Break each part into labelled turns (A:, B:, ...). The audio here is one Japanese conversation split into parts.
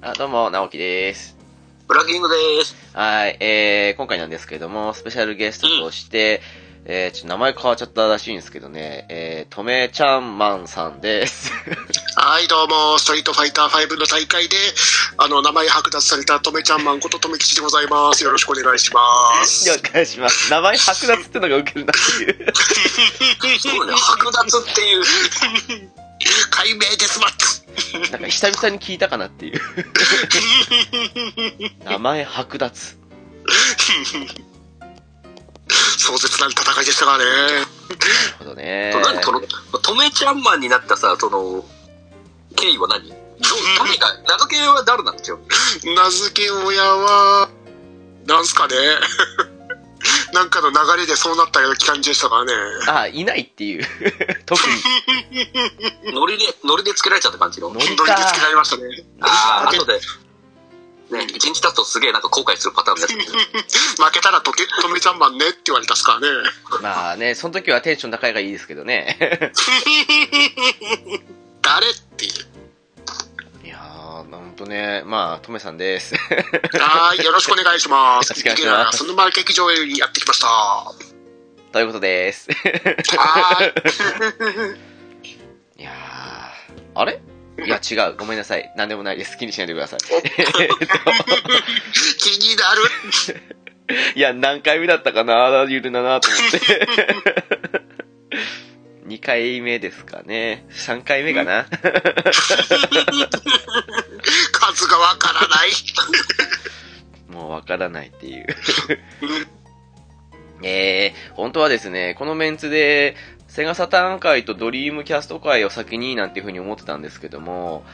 A: あどうも、直樹です。
B: ブラッキングです。
A: はい、えー、今回なんですけれども、スペシャルゲストとして、えー、ちょっと名前変わっちゃったらしいんですけどね、えー、とめちゃんまんさん です。
B: はい、どうも、ストリートファイター5の大会で、あの、名前剥奪されたとめちゃんマンこととめきちでございます。よろしくお願いします。
A: 了解します。名前剥奪ってのがウケるなっていう。
B: そうね、剥奪っていう。解明です、マッツ。
A: なんか久々に聞いたかなっていう。名前剥奪。
B: 壮絶な戦いでしたからね。
A: なるほどね。
C: 何この、とめちゃんマンになったさ、その、経緯は何ど誰が、謎系は誰なんでしょう
B: 名付け親は、なんすかね。なんかの流れでそうなったような感じでしたからね。
A: あ、いないっていう。 特に。
C: ノリで、ノリでつけられちゃった感じの。
A: ノ
B: 本
A: リ
B: 当に
A: か
B: 見つけられましたね。
C: ああ、後で、ね、一日経つとすげえなんか後悔するパターンのやつ。
B: 負けたらとけ、とめちゃんマンねって言われたっすからね。
A: まあね、その時はテンション高いがいいですけどね。
B: 誰っていう。
A: いやー、ほんとね、まあ、とめさんです。
B: はい、よろしくお願いします。
A: よろしくお願いします
B: そのまま劇場へやってきました。は
A: ということです。
B: ーい。
A: いやー、あれいや、違う。ごめんなさい。なんでもないです。気にしないでください。
B: 気になる。
A: いや、何回目だったかな、あらゆるななと思って。2回目ですかね。3回目かな。
B: 数がわからない。
A: もうわからないっていう。 えー、本当はですね、このメンツで、セガサターン会とドリームキャスト会を先になんていうふうに思ってたんですけども、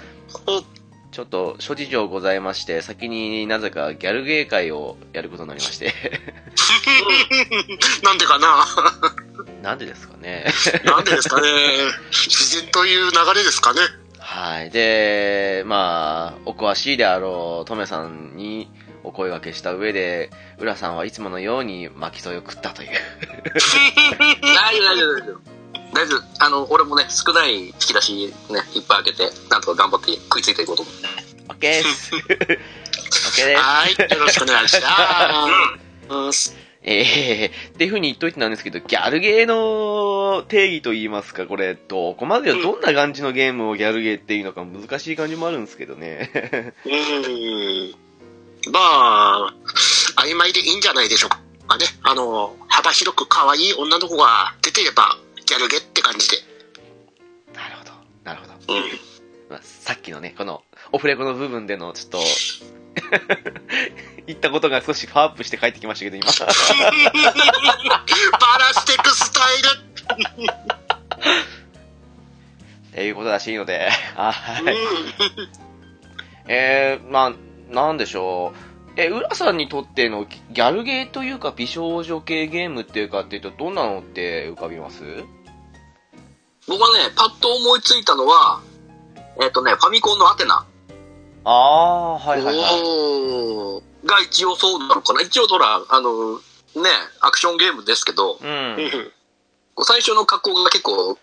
A: ちょっと諸事情ございまして、先になぜかギャルゲー会をやることになりまして。
B: なんでかな。
A: なんでですかね。
B: なんでですかね。自然という流れですかね。
A: はい。で、まあ、お詳しいであろう、トメさんにお声掛けした上で、浦さんはいつものように巻き添えを食ったという。
C: 大丈夫、大丈夫、大丈夫。大丈夫。あの、俺もね、少ない引き出しね、いっぱい開けて、なんとか頑張って食いついていこうと思う。
A: オッケーですオッケーです
B: はい、よろしくお願いし ます。
A: えー、っていうふうに言っといてなんですけど、ギャルゲーの定義と言いますか、これ、どこまでをどんな感じのゲームをギャルゲーっていうのか難しい感じもあるんですけどね。
B: うーん。まあ、曖昧でいいんじゃないでしょうかね。あの、幅広く可愛い女の子が出てれば、ギャルゲって感じで。
A: なるほど、なるほど。
B: うん。
A: まあ、さっきのね、この、オフレコの部分での、ちょっと、 言ったことが少しパワーアップして帰ってきましたけど、今。
B: バラしてくスタイル。
A: っていうことらしいので、はい。
B: う
A: えー、まあ、なんでしょう。え、浦さんにとってのギャルゲーというか美少女系ゲームっていうかっていうと、どんなのって浮かびます
C: 僕はね、パッと思いついたのは、えっ、とね、ファミコンのアテナ
A: あー、はいはいはい。
B: おー
C: が一応そうなのかな。一応ほら、あの、ね、アクションゲームですけど、
A: うん。
C: 最初の格好が結構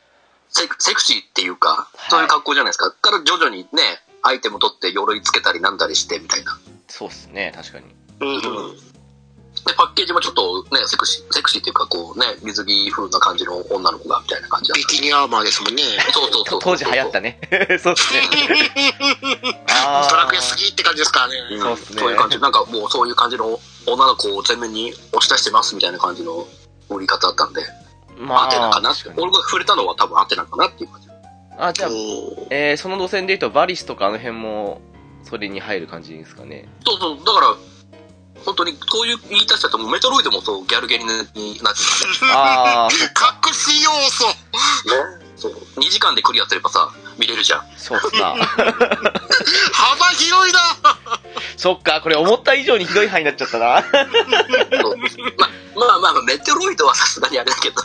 C: セクセクシーっていうか、
A: い
C: そういう格好じゃないですか。から徐々にね、アイテム取って鎧つけたりなんだりしてみたいな。
A: そうっすね、確かに。
B: うん
C: で、パッケージもちょっとね、セクシー、セクシーっていうかこうね、水着風な感じの女の子がみたいな感じだっ
B: ビキニアーマーですもんね。
C: た。そうそうそ
A: と
C: う。
A: 当時流行ったね。 そうっすね。あー
B: ドラクエすぎって感じですからね。
C: うん。
A: そうっすね
C: そういう感じ。なんかもうそういう感じの女の子を全面に押し出してますみたいな感じの売り方だったんで、
A: ま
C: アテナか
A: あ、
C: な
A: 確かに。
C: 俺が触れたのは多分アテナかなっていう感じ。
A: あ、じゃあ、
B: おー
A: えー、その路線で言うと、バリスとかあの辺も、それに入る感じですか ね。
C: そうそう、だから、本当にこういう言い出しちゃったらもうメトロイドもそうギャルゲーになって
A: あ
B: 隠し要素
C: ね、そう2時間でクリアすればさ見れるじゃん
A: ー、そうっすな。
B: 幅広いな
A: そっか、これ思った以上にひどい範囲になっちゃった な。
C: そうままあまあメトロイドはさすがにあれだけど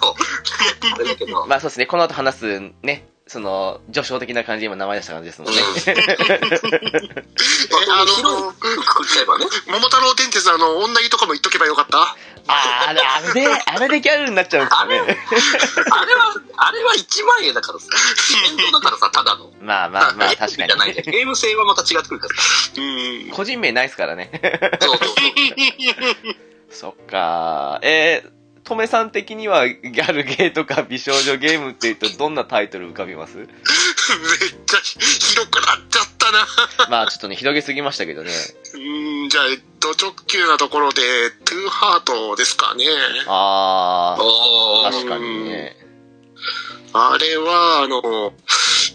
C: あれだ けど
A: まあそうですね、この後話すね、その、序章的な感じで今名前出した感じですもんね。
B: えあ
C: 広
B: の
C: い、くくっちゃえばね
B: 桃太郎電鉄のあの、女湯とかも言っとけばよかった
A: あーあれ、あれで、あれでギャルになっちゃうんですかね。
C: あれは、あれは1万円だからさ。イベントだからさ、ただの。
A: まあまあまあ、
C: ゲーム
A: 確か
C: じゃない
A: に
C: んだ。よゲーム性はまた違ってくるから。
B: うん。
A: 個人名ないですからね。
C: そうそうそう。
A: そっかー。えー、とめさん的にはギャルゲーとか美少女ゲームって言うとどんなタイトル浮かびます
B: めっちゃ広くなっちゃったな。
A: まあちょっとね、広げすぎましたけどね。
B: うん、じゃあ、えっと、直球なところで、トゥーハートですかね。
A: あー、
C: おー
A: 確かにね。
B: あれは、あの、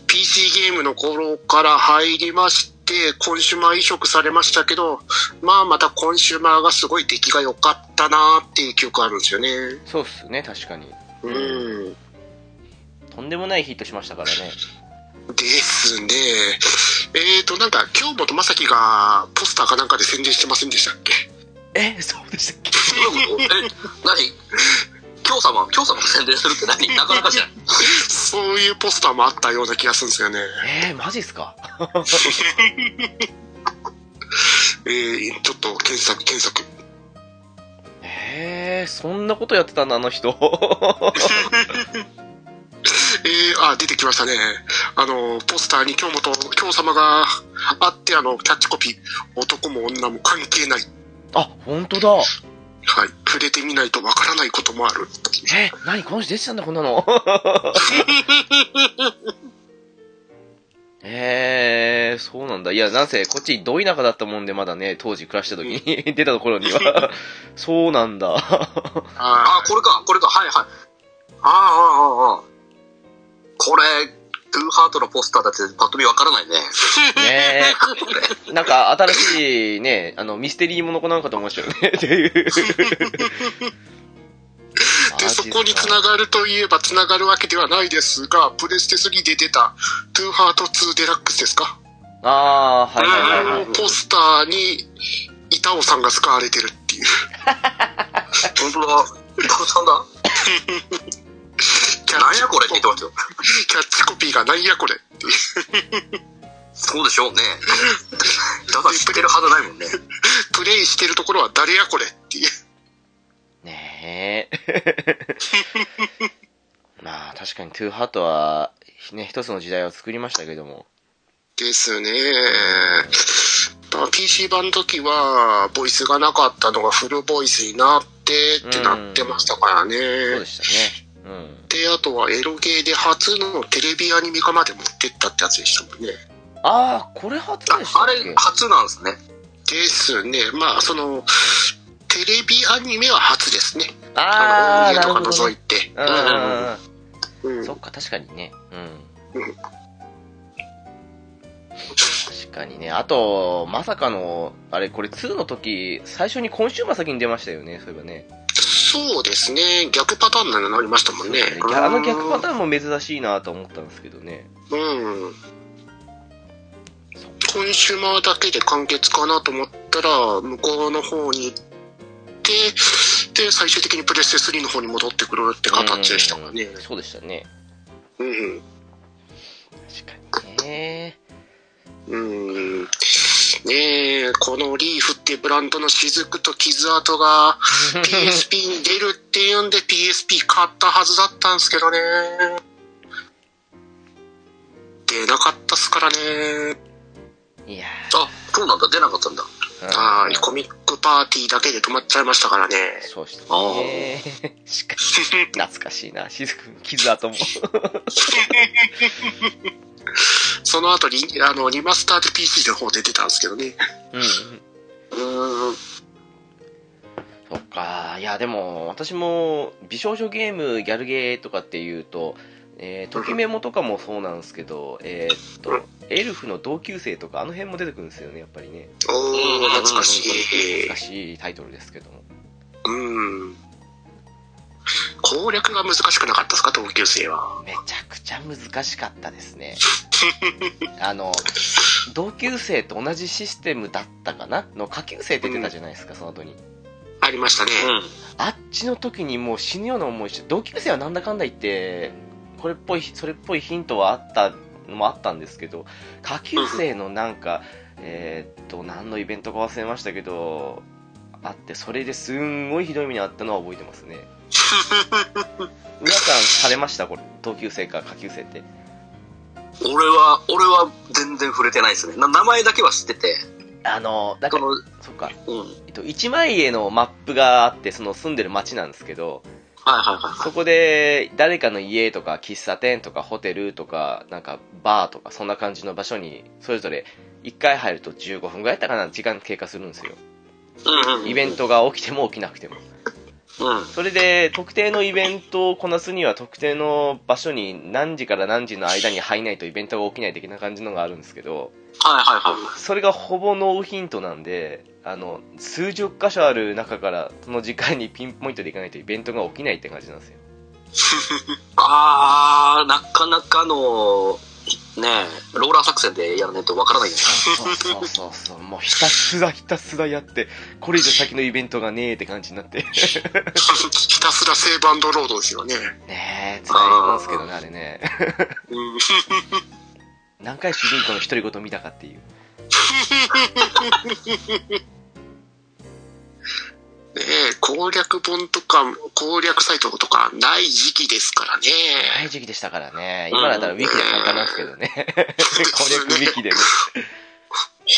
B: PC ゲームの頃から入りまして、コンシューマー移植されましたけど、まあまたコンシューマーがすごい出来が良かったなっていう記憶あるんですよね。
A: そうっすね、確かに。
B: うん。
A: とんでもないヒットしましたからね。
B: ですね。えーと、なんか、京本正樹がポスターかなんかで宣伝してませんでしたっけ
A: え、そうでしたっけ
C: どういう ことえ、何京様、京様が宣伝するって何なかなかじゃない。
B: そういうポスターもあったような気がするんですよね。
A: えー、マジっすか
B: えー、ちょっと検索、検索。
A: えー、そんなことやってたんだ、あの 人。
B: えー、あ、出てきましたね。あの、ポスターに京本、京様があって、あの、キャッチコピー、男も女も関係ない。
A: あ、本当だ。
B: はい。触れてみないとわからないこともある。
A: えー、何この人出てたんだ、こんな の。えー、そうなんだ。いや、なんせ、こっち、ど田舎だったもんで、まだね、当時暮らした時に 出た頃には。そうなんだ。
B: あ
C: あ、これか、これか、はいはい。ああ、ああ、ああ。これ、トゥーハートのポスターだってパッと見わからないね。
A: ね
C: これ
A: え。なんか、新しいね、あの、ミステリーものかなんかと思いま したよね、っていう。
B: で、そこに繋がるといえば繋がるわけではないですが、プレステ3で出た、トゥーハート2デラックスですか
A: あー、はいはいはい、
B: あ
A: はい
B: の。ポスターに、板尾さんが使われてるっていう。
C: 本当だ。タコさ んだ。
B: キャッ
C: なん
B: チ
C: や
B: コ
C: これって
B: ピ
C: 言っ
B: ー
C: てますよ。
B: キャッチコピーがなんやこれ。
C: そうでしょうね。だ から知ってるはずないもんね。
B: プレイしてるところは誰やこれっていう。
A: ねえ。 まあ、確かに、トゥーハートは、ね、一つの時代を作りましたけども。
B: ですね。だから PC 版の時は、ボイスがなかったのがフルボイスになってってなってましたからね。
A: そうでしたね。うん。
B: で、あとはエロゲーで初のテレビアニメ化まで持ってったってやつでしたもんね。
A: ああ、これ初でした
C: あ
A: っ
C: れ、
A: け
C: 初なんですね。
B: ですね。まあ、その、テレビアニメは初ですね。
A: ああ、
B: の
A: なるほど、
B: 音源とか除
A: ね
B: い。て。
A: うんうんうん
B: うん
A: うん。そっか、確かにね。うん。
B: うん
A: 確かにね。あと、まさかの、あれ、これ2の時、最初に今週末先に出ましたよね、そういえばね。
B: そうですね。逆パターンになりましたもんね。
A: あの逆パターンも珍しいなと思ったんですけどね。
B: うん。コンシューマーだけで完結かなと思ったら、向こうの方に行って、で、最終的にプレステ3の方に戻ってくるって形でしたからね
A: う。んそうでしたね。
B: うん。
A: 確かにね。
B: うん。ねえ、このリーフってブランドの雫と傷跡が PSP に出るっていうんで PSP 買ったはずだったんですけどね。出なかったっすからね。
A: いや
C: あ、そうなんだ。出なかったんだ。
A: ー
B: はい、コミックパーティーだけで止まっちゃいましたからね。
A: そうした
C: あー
A: ね。 しかし、懐かしいな。しずくん、傷跡も。
B: その後リ、あの、リマスターで PC の方で出たんですけどね。
A: うん。
B: うーん。
A: そっか。いや、でも、私も、美少女ゲーム、ギャルゲーとかっていうと、えー、ときメモとかもそうなんですけど、えーっと、エルフの同級生とか、あの辺も出てくるんですよね、やっぱりね。
B: おー、懐かしい
A: 難。しいタイトルですけども。
B: うん。攻略が難しくなかったですか、同級生は。
A: めちゃくちゃ難しかったです ね。あの、同級生と同じシステムだったかなの下級生って出たじゃないですか、その後に。
B: ありましたね。
C: うん。
A: あっちの時にもう死ぬような思いして、同級生はなんだかんだ言って、これっぽい、それっぽいヒントはあったのもあったんですけど、下級生のなんか、えーっと、何のイベントか忘れましたけど、あって、それですんごいひどい目にあったのは覚えてます ね。皆さんされましたこれ。同級生か下級生って。
C: 俺は、俺は全然触れてないですね。な名前だけは知ってて、
A: あの、だか
C: こ
A: ら
C: の、、
A: そっか。
C: うん。はい
A: えっと、一枚絵のマップがあって、その住んでる町なんですけど、
C: はいはいはい。
A: そこで誰かの家とか喫茶店とかホテルとか、なんかバーとか、そんな感じの場所に、それぞれ1回入ると15分ぐらいだったかな、時間経過するんですよ。
C: うんうんうん
A: イベン。トが起きても起きなくても。
C: うん。
A: それで、特定のイベントをこなすには、特定の場所に何時から何時の間に入んないとイベントが起きない的な感じのがあるんですけど、
C: はいはいは
A: それがほぼノーヒントなんで、あの、数十箇所ある中から、その時間にピンポイントでいかないとイベントが起きないって感じなんですよ。
C: い。あー、なかなかの、ねえ、ローラー作戦でやらないとわからないよね。
A: そうそうそうそう、もうひたすらひたすらやって、これ以上先のイベントがねえって感じになって。
B: ひたすらセーブアンドロードですよね。
A: ねえ、辛いもんすけどね、あれね。
B: うん
A: 何回主人公の独り言見たかっていう。
B: ねえ、攻略本とか、攻略サイトとかない時期ですからね。
A: ない時期でしたからね。今だったらウィキで簡単なんですけどね。 攻略ウィキでね。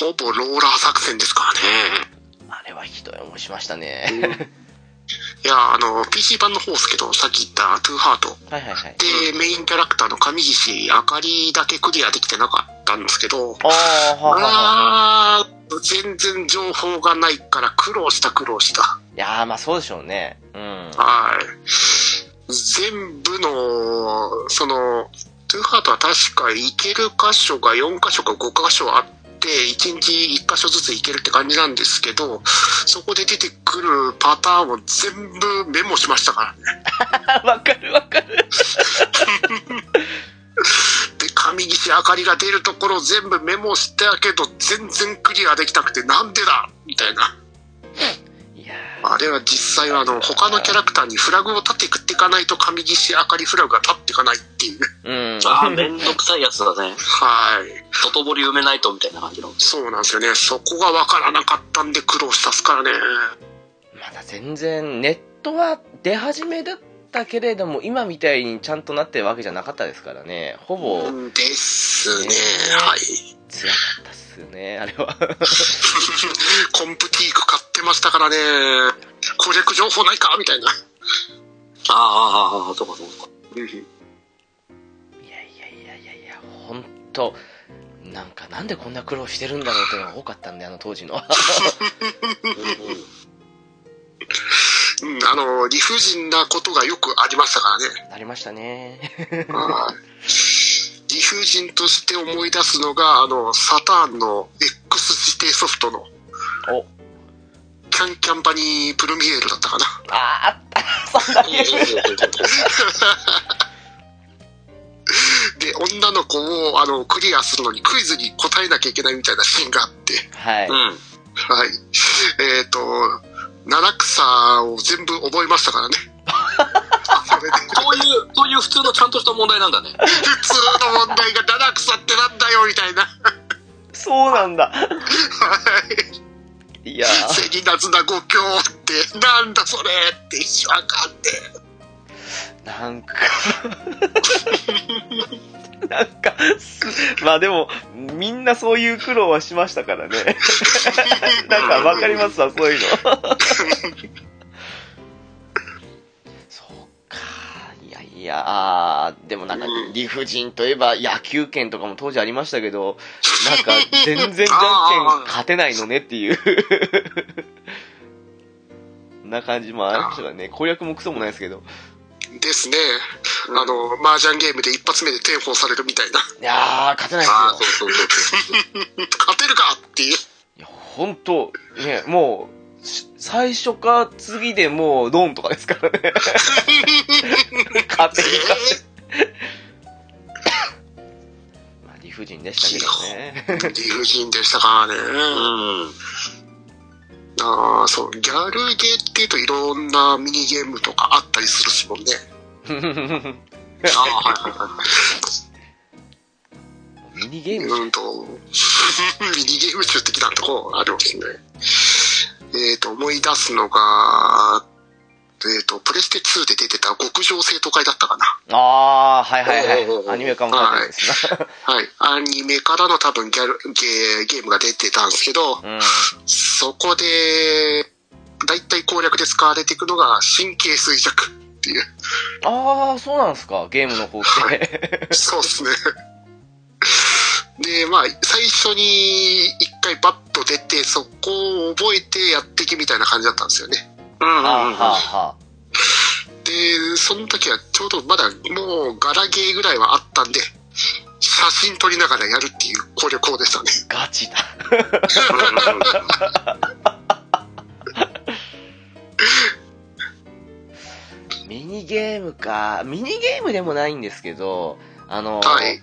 B: ほぼローラー作戦ですから
A: あれはひどい思いしましたね。
B: ね。いや、あの、PC 版の方ですけど、さっき言ったトゥーハート。
A: はいはいはい。
B: で、メインキャラクターの上岸あかりだけクリアできてなかったんですけど、
A: ああ、はあはあ。
B: あー全然情報がないから苦労した苦労した。
A: いやー、まあそうでしょうね。うん。
B: はい。全部の、その、トゥーハートは確か行ける箇所が4箇所か5箇所あって、1日1箇所ずつ行けるって感じなんですけど、そこで出てくるパターンを全部メモしましたからね。
A: わかるわかる。
B: で、上岸あかりが出るところを全部メモしたけど、全然クリアできなくてなんでだみたいな。
A: いや
B: あれは実際はあの、他のキャラクターにフラグを立てていかないと上岸あかりフラグが立っていかないっていうね。
A: ー。うん。
C: あー、めんどくさいやつだね。
B: はい。
C: 外堀埋めないとみたいな感じの。
B: そうなんですよね。そこが分からなかったんで苦労したっすからね。
A: まだ全然、ネットは出始めだったけれども、今みたいにちゃんとなってるわけじゃなかったですからね。ほぼ、辛か
B: ですね
A: ね。
B: はい。
A: ったっすね、あれは。
B: コンプティーク買ってましたからね。攻略情報ないかみたいな。
C: あーあー、あーあー、そうか そうか。
A: いやいやいやいやいや、ほんと、なんかなんでこんな苦労してるんだろうっていうのが多かったんで、あの当時の。
B: うん、あの、理不尽なことがよくありましたからね。
A: なりましたね。
B: はい理不尽として思い出すのが、あの、サターンの X 指定ソフトの
A: お、
B: キャンキャンバニープルミエールだったかな。
A: あーあった、そんなゲーム。
B: で、女の子をあのクリアするのにクイズに答えなきゃいけないみたいなシーンがあって、
A: はい。
C: うん。
B: はい。えっ、と、七草を全部覚えましたから ね。それで
C: そういう、そういう普通のちゃんとした問題なんだね。
B: 普通の問題が七草ってなんだよみたいな。は
A: そうなんだ。いや
B: い。セリナズナ五教って、なんだそれって一瞬あかんって。
A: ー、なんか。なんか、すまあでも、みんなそういう苦労はしましたから ね。なんかわかりますわ、そういうの。そうか。いやいや、あーでもなんか
B: うん
A: 理不尽といえば野球拳とかも当時ありましたけど、なん か全然じゃんけん勝てないのねっていう。 な感じもありましたからね。攻略もクソもないですけど。
B: ですね。あの、麻雀ゲームで一発目で転放されるみたいな。
A: いやー、勝てない
C: ああ、
A: で
C: そう
A: すよ。
C: そうそうそう。
B: 勝てるかっていう。
A: いや、ほんと、ね、もう、し最初か次でもうドンとかですからね。勝てるか。まあ、理不尽でしたけどね。
B: えー理不尽でしたからね。
C: うん。
B: ああ、そう、ギャルゲーっていうといろんなミニゲームとかあったりするしもんね。
C: ああ、はいはいはい。
A: ミニゲーム
B: うんと、ミニゲーム中的なとこあるわけですね。えっ、と、思い出すのが、えっ、と、プレステ2で出てた極上生徒会だったかな。
A: ああ、はいはい
C: おうおうおう
A: はい。アニメ化もされてるんですな。
B: はい。アニメからの多分ギャルゲーゲームが出てたんですけど、
A: うん。
B: そこで、だいたい攻略で使われていくのが神経衰弱っていう。
A: ああ、そうなんですか。ゲームの方って。
B: そうですね。で、まあ、最初に一回バッと出て、そこを覚えてやっていきみたいな感じだったんですよね。
C: うんうん
A: ああ、
C: うん。
A: はあ、は
B: で、その時はちょうどまだもうガラゲーぐらいはあったんで、写真撮りながらやるっていう攻略法でしたね。
A: あ。ガチだ。
C: うんうん
A: ミニゲームか。ミニゲームでもないんですけど、あの、
B: はい。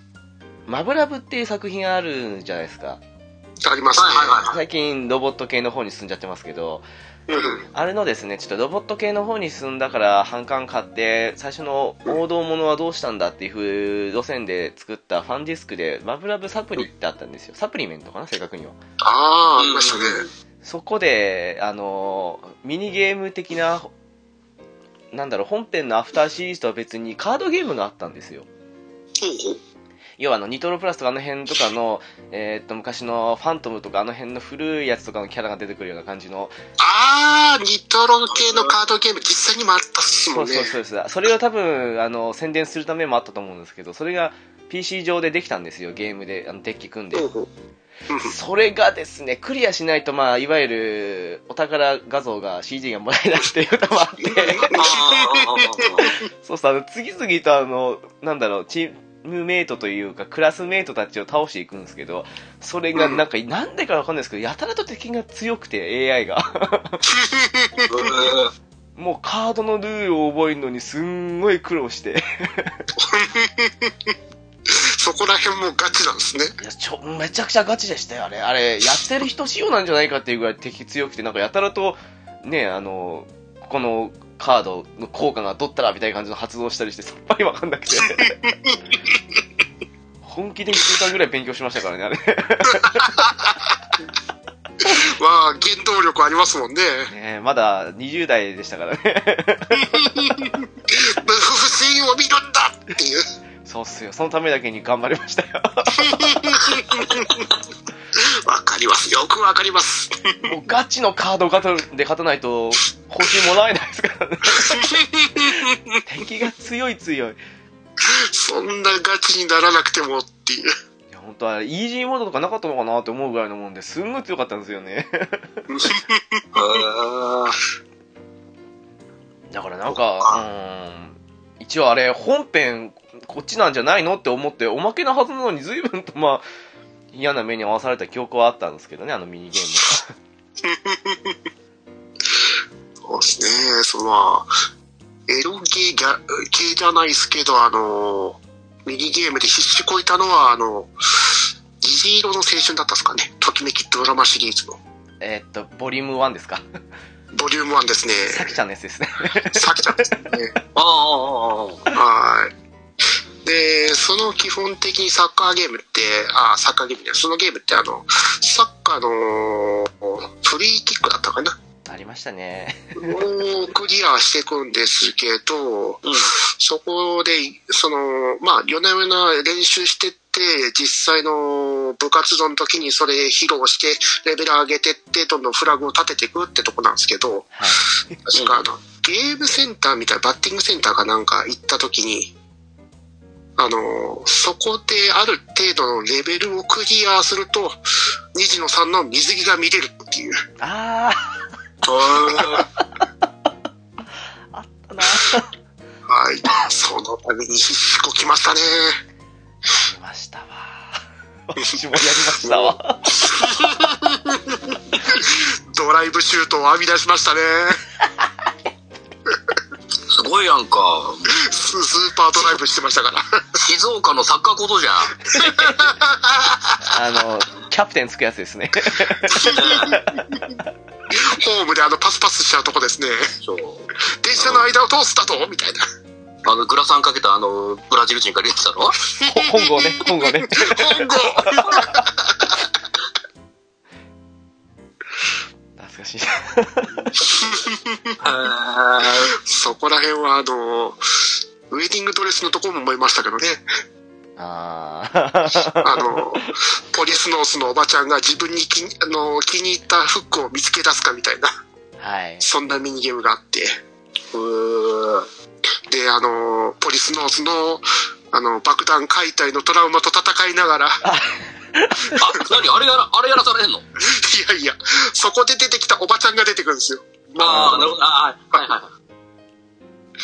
A: マブラブっていう作品あるじゃないですか。
B: ありますね。
C: はいはいはい
A: 最近ロボット系の方に進んじゃってますけど、
B: うん
A: あれのですね、ちょっとロボット系の方に進んだから、反感買って、最初の王道ものはどうしたんだっていう路線で作ったファンディスクで、マブラブサプリってあったんですよ。サプリメントかな、正確には。
B: ああ、ありましたね。
A: そこで、あのーミニゲーム的な、なんだろう、本編のアフターシリーズとは別にカードゲームがあったんですよ。
B: ほうほう
A: 要はあの、ニトロプラスとかあの辺とかの、えーっと、昔のファントムとかあの辺の古いやつとかのキャラが出てくるような感じの、
B: ああ、ニトロ系のカードゲーム実際にもあったっす
A: そ
B: もん
A: う
B: ね。
A: そうそうです。それを多分、あの、宣伝するためもあったと思うんですけど、それが PC 上でできたんですよ、ゲームで、あの、デッキ組んで
B: ほ。うほう
A: それがですね、クリアしないと、まあ、いわゆる、お宝画像が CG がもらえないっていうのもあって、そうそう、あの、次々とあの、なんだろう、チームメイトというか、クラスメイトたちを倒していくんですけど、それがなんか、なんでかわかんないですけど、やたらと敵が強くて、AI が。もうカードのルールを覚えるのにすんごい苦労して。
B: そこら辺もガチなんですね。
A: いや、ちょ、めちゃくちゃガチでしたよ、あれ。あれ、やってる人仕様なんじゃないかっていうぐらい敵強くて、なんかやたらと、ね、あの、ここのカードの効果が取ったらみたいな感じの発動したりして、さっぱりわかんな くて。本気で1週間ぐらい勉強しましたからね、あれ。
B: わあ、原動力ありますもんね。
A: ねまだ20代でしたからね。
B: 無不審を見るんだっていう。
A: そうっすよ。そのためだけに頑張りましたよ。
B: わかります。よくわかります。
A: もうガチのカードが取るで勝たないと、報酬もらえないですからね。敵が強い強い。
B: そんなガチにならなくてもっていう。
A: いや、本当は、イージーモードとかなかったのかなって思うぐらいのもんで、すんごい強かったんですよね。 だからなんか、うーん、一応あれ、本編、こっちなんじゃないのって思って、おまけなはずなのに、随分とまあ、嫌な目に遭わされた記憶はあったんですけどね、あのミニゲームは。
B: そうですね。そのまあ、エロ系ギャ系じゃないですけど、あの、ミニゲームで必死こいたのは、あの、虹色の青春だったんですかね。ときめきドラマシリーズの。
A: えーっと、ボリューム1ですか。
B: ボリューム1ですね。
A: さきちゃんのやつですね。
B: さきちゃんですね。はい。で、その基本的にサッカーゲームって、あ、サッカーゲームね、そのゲームってあの、サッカーのフリーキックだったかな
A: ありましたね。
B: をクリアしていくんですけど、そこで、その、まあ、夜な夜な練習してって、実際の部活動の時にそれ披露して、レベル上げてって、どんどんフラグを立てていくってとこなんですけど、
A: はい。
B: 確かあの、ゲームセンターみたいな、バッティングセンターかなんか行った時に、あの、そこである程度のレベルをクリアすると、虹野さんの水着が見れるっていう。
A: あー、あったなあ
B: はい。そのために必死こきましたね。
A: りましたわ。私もやりましたわ。
B: ドライブシュートを編み出しましたね。
C: すごいやんか。
B: ススーパードライブしてましたから。
C: 静岡のサッカーコートじゃん。
A: あの、キャプテンつくやつです ね。
B: ホームであのパスパスしちゃうとこですね。
C: そう。
B: 電車の間を通すだとみたいな。
C: あの、グラサンかけたあの、ブラジル人から言ってたろ
A: ほ本郷ね、本郷ね。
B: 本郷
A: 懐懐かしい。
C: あ
B: そこら辺は、あの、ウェディングドレスのとこも思いましたけどね。
A: ああ。
B: あの、ポリスノースのおばちゃんが自分に気にあの気に入ったフックを見つけ出すかみたいな、
A: はい。
B: そんなミニゲームがあって。
C: ーうー
B: で、あの、ポリスノースの、あの、爆弾解体のトラウマと戦いながら、
C: あ、何あれやら、あれやらされんの
B: いやいや、そこで出てきたおばちゃんが出てくるんですよ。
C: ああ、なるほど。ああ、はいはいはい。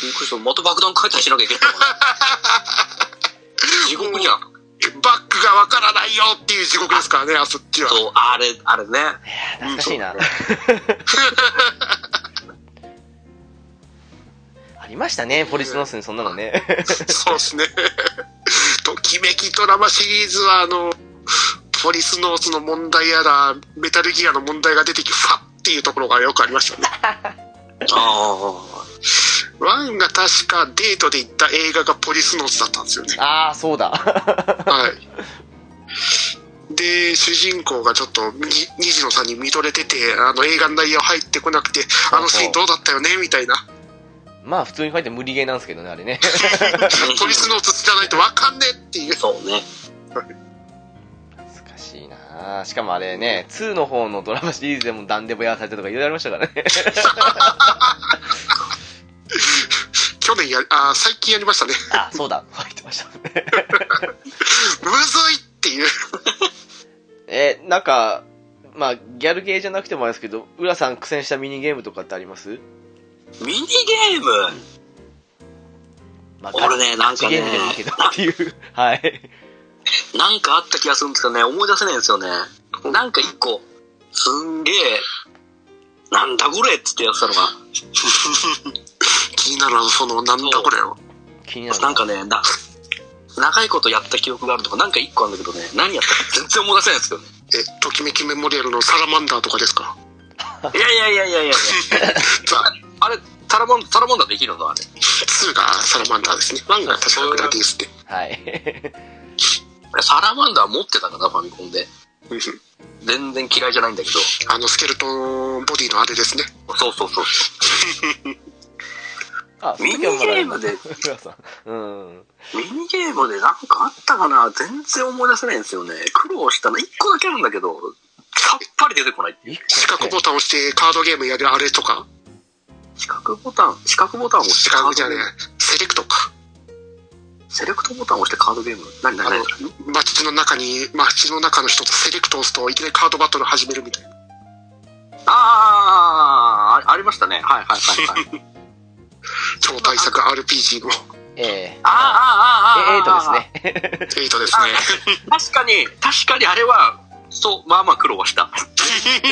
C: びっくりした。また爆弾解体しなきゃいけないのかな。地獄じゃん。
B: バックがわからないよっていう地獄ですからね、あそっちは。
C: そう、あれ、あれね。
A: いや懐かしいな。ありましたね、ポリスノースにそんなのね。
B: そうですね。 ときめきドラマシリーズは、あの、ポリスノースの問題やら、メタルギアの問題が出てきて、ファッっていうところがよくありましたね。
C: あ
B: ワンが確かデートで行った映画がポリスノースだったんですよね。
A: ああ、そうだ。
B: はい。で、主人公がちょっとに西野さんに見とれてて、あの映画の内容入ってこなくて、あのシーンどうだったよねみたいな。
A: まあ、普通に書いて無理ゲーなんですけどね、あれね。
C: あ。
B: ポリスノース知らないとわかんねえっていう。
C: そうね。
A: 懐かしいなしかもあれね、2の方のドラマシリーズでもダンデボやらされてとかいろいろありましたからね。
B: 去年や、あ、最近やりましたね。
A: あ、そうだ。 入ってましたね。
B: むずいっていう。
A: え、なんか、まあ、ギャル系じゃなくてもあれですけど、浦さん苦戦したミニゲームとかってあります
C: ミニゲーム
A: まあ、
C: 俺ね、なん
A: ガチ
C: か
A: ゲ
C: ね
A: ームじゃないけどっていう。 はい。
C: なんかあった気がするんですけどね、思い出せないんですよね。なんか一個、すんげえ、なんだこれっつってやってたのが、
B: 気になるあのその、なんだこれを。
A: 気になる。
C: なんかね、な、長いことやった記憶があるとか、なんか一個あるんだけどね、何やったか全然思い出せないんです よね。
B: え、ときめきメモリアルのサラマンダーとかですか
C: いやいやいやいやいや
B: ザ・
C: あれ、タラモン、タラモンダできるのあれ。
B: 2がサラマンダーですね。1が確かグラディウスで。
A: はい。
C: サラマンダー持ってたかな、ファミコンで。
B: うん
C: 全然嫌いじゃないんだけど。
B: あの、スケルトンボディのあれですね。
C: そうそうそう。
A: あ、
C: ミニゲームで
A: 浦さん。うん。
C: ミニゲームでなんかあったかな全然思い出せないんですよね。苦労したの、一個だけあるんだけど、さっぱり出てこない。
A: 一個
B: 四角ボタンを押してカードゲームやるあれとか、
C: 四角ボタン、四角ボタンを押して
B: 四
C: カード
B: 角じゃね
C: ゲーム
B: え。、セレクトか。
C: セレクトボタンを押してカードゲーム。何何
B: あ
C: 何
B: の、街の中に、街の中の人とセレクトを押すと、いきなりカードバトル始めるみたいな。
C: あーあ、ありましたね。はいはいはいはい。
B: 超大作 RPG の
A: ええ
C: あーあーあーあーあー
A: え、えーとですね。
B: 8です ね。
C: 確かに、確かにあれは、そう、まあまあ苦労はした。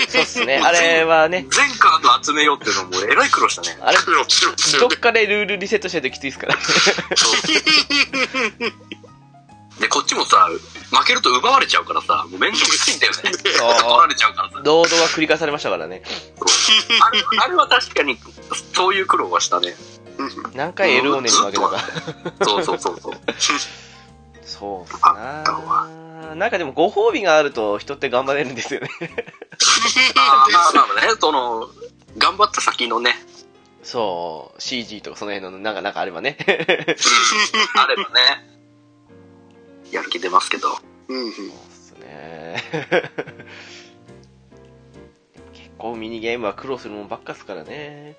A: そうっすね。あれはね、
C: 全カード集めようっていうのも、えらい苦労したね。
A: あれ、
B: 苦労します
A: ど
B: よ
A: っ
B: ね。
A: かでルールリセットしないときついですからね。
C: で、こっちもさ、負けると奪われちゃうからさ、もうめんどくさいんだよね。取られちゃうからさ。
A: 堂々は繰り返されましたからね。
C: あれあ れは確かに、そういう苦労はしたね。
A: 何回エルオーネに負けたか。
C: そうそうそうそう。
A: そうっす
C: あった
A: ななんかでもご褒美があると人って頑張れるんですよ ね。
C: あーまあまあね、その、頑張った先のね、
A: そう、CG とかその辺のなんか、なんかあればね。
C: あればね、やる気出ますけど。
B: うんうん
A: そうっすね。 結構ミニゲームは苦労するもんばっかっすからね。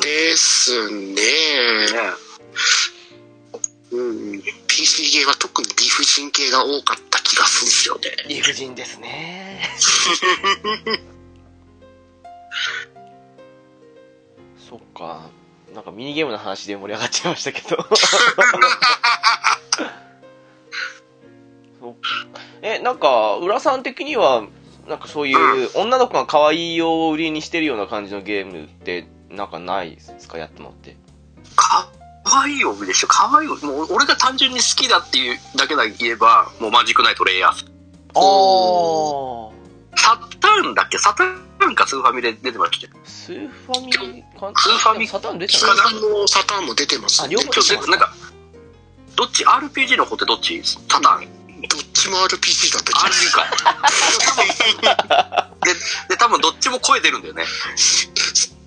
B: ですね。うんうん、PC ゲーは特に理不尽系が多かった気がするんですよね。
A: 理不尽ですね。 そっか。なんかミニゲームの話で盛り上がっちゃいま したけど。そっかえ、なんか、浦さん的には、なんかそういう女の子が可愛い用を売りにしてるような感じのゲームって、なんかないですかやったのって。
C: かわいい帯でしょ、かわいい帯。もう俺が単純に好きだっていうだけだけ言えば、もうマジックナイトレイヤー。
A: あ
B: お
A: ー。
C: サターンだっけサターンかスーファミで出てましたっけ
A: スーファミか
C: スーファミ
A: サターン出て
B: ス
A: な
B: カ
A: い
B: ダンのサターンも出てます
A: あ
B: ね。
A: 両
B: ど
A: 方
B: っ
C: 今日でなんか、どっち ?RPG の方ってどっちサターン。
B: ちちも RPG だった気
C: マ
B: がす
C: ジ
B: る。
C: かよでで多分どっちも声出るんだよね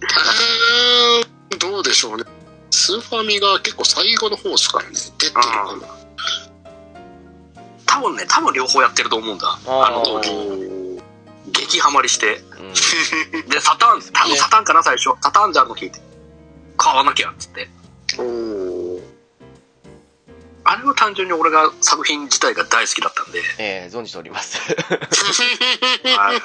B: うーんどうでしょうね。スーファミが結構最後の方ですからね。出てるかな。
C: 多分ね多分両方やってると思うんだ
A: あー
C: あの
A: ー
C: 時
B: おー
C: 激ハマりして
A: うん
C: でサターン多分サターンかな最初サターンじゃあるの聞いて買わなきゃっつって
B: おー
C: あれは単純に俺が作品自体が大好きだった んで、
A: えー、存じております。
C: はい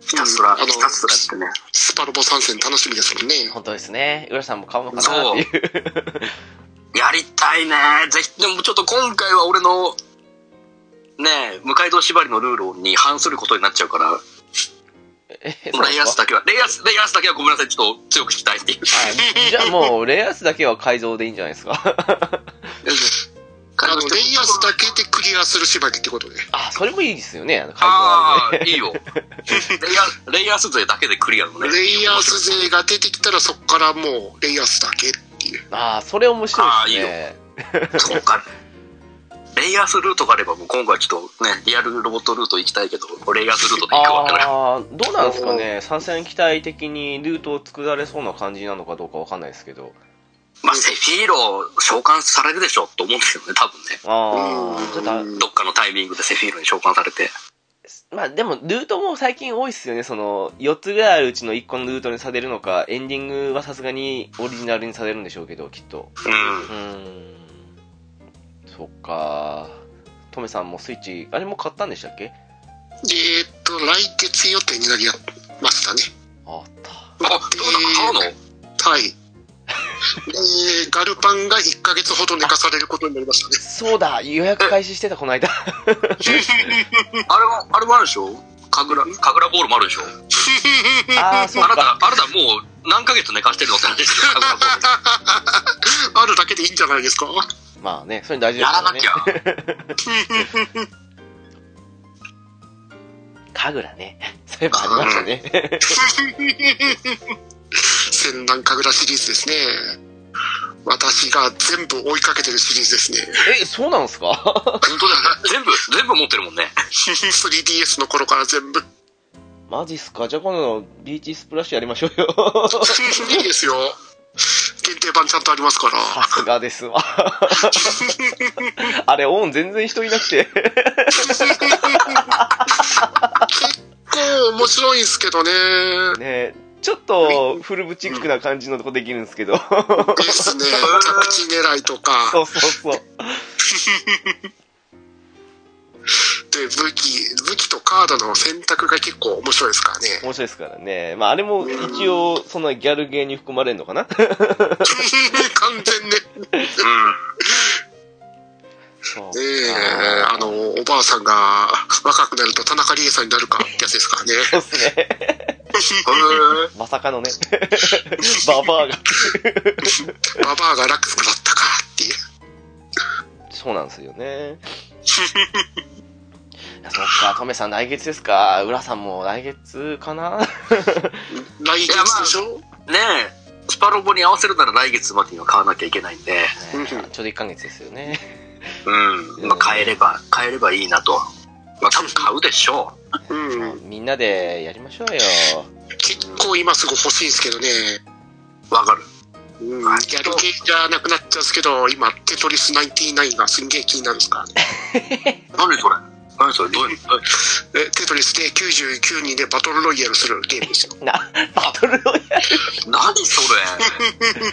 C: ひたすら、
B: うんあの
C: ひたすらってね
B: スパロボ参戦楽しみですもんね。
A: 本当ですね。浦さんも買うのかな っていう。
C: やりたいねぜひでもちょっと今回は俺のねえ向井堂縛りのルールに反することになっちゃうからも
A: え
C: うレイアスだけはレイアスレイアスだけはごめんなさいちょっと強く聞きたいっていう
A: あじゃあもう、レイアースだけは改造でいいんじゃないですか。
B: あの、レイヤーズだけでクリアする縛りってことで。
A: あ、それもいいですよね。あの改造
C: あ
A: あ
C: あ ーいいよレイアレイアース勢だけでクリアのね
B: レイヤーズ勢が出てきたらそこからもうレイヤーズだけっていう。
A: あー、それ面白いですね。
C: そうか。レイヤースルートがあれば、もう今回ちょっとね、リアルロボットルート行きたいけど、レイヤースルートで行くわけだから。
A: ああー、どうなんですかね。参戦期待的にルートを作られそうな感じなのかどうかわかんないですけど。
C: まあ、セフィーロ召喚されるでしょうと思うんですよね、多分ね。
A: あ
B: う
A: あ、
B: ん
A: ちょっとあ、
C: どっかのタイミングでセフィーロに召喚されて。
A: まあでも、ルートも最近多いっすよね。その、4つぐらいあるうちの1個のルートにされるのか、エンディングはさすがにオリジナルにされるんでしょうけど、きっと。
C: うん
A: う。ーん。そっか。トメさんもスイッチ、あれも買ったんでしたっけ
B: えーっと、来月予定になりましたね。
A: あった。
C: あ、どうなんか買うの
B: はい。えー、ガルパンが1ヶ月ほど寝かされることになりましたね。
A: そうだ予約開始してた、この間。
C: あれも、あれもあるでしょ神楽、神楽ボールもあるでしょ
A: あ あ、
C: あ
A: そっ
C: な
A: か。
C: た、あなたもう何ヶ月寝かしてるのって話ですよ、神楽ボール。
B: あるだけでいいんじゃないですか。
A: まあね、それ大事で
C: や
A: すからら
C: な
A: ね
C: き。ゃ。
A: 神楽ね。 そういえばありましたね。
B: 戦乱神楽シリーズですね。私が全部追いかけてるシリーズですね。
A: え、そうなんすか
C: 本当だよ ね。全部、全部持ってるもんね。
B: 3DS の頃から全部。
A: マジっすかじゃあ今度のビーチスプラッシュやりましょう よ。
B: いいですよ。限定版ちゃんとありますから。
A: さすがですわ。 あれ、オン全然人いなくて。
B: 結構面白いんですけどね。
A: ねちょっとフルブチックな感じのとこできるんです けど。
B: ですね。着地狙いとか。
A: そうそうそう。
B: で武器武器とカードの選択が結構面白いですからね
A: 面白いですからね。まあ、あれも一応、そのギャルゲーに含まれるのかな
B: 完全ね
C: うん。
A: そう。
B: ええあのおばあさんが若くなると田中理恵さんになるかってやつですからね
A: そうっすね。まさか のね。ババアが。
B: ババアが楽だったかっていう
A: そうなんですよ ね。いやそっか、トメさん来月ですか。浦さんも来月かな
B: 来月でしょ、
C: ねえ、スパロボに合わせるなら来月までには買わなきゃいけないんで、
A: ねちょうど1ヶ月ですよね。
C: うん、まあ、買えれば、買えればいいなと。まあ、多分買うでしょ
B: うん
A: みんなでやりましょうよ。
B: 結構今すぐ欲しいんですけどね、
C: う。わかる。
B: うん、やる気じゃなくなっちゃうんですけど今テトリス99がすんげえ気になるんです からね
C: 何それ何それどういう、
B: えテトリスで99人でバトルロイヤルするゲーム ですよ
A: な、バトルロイヤ
C: 何そ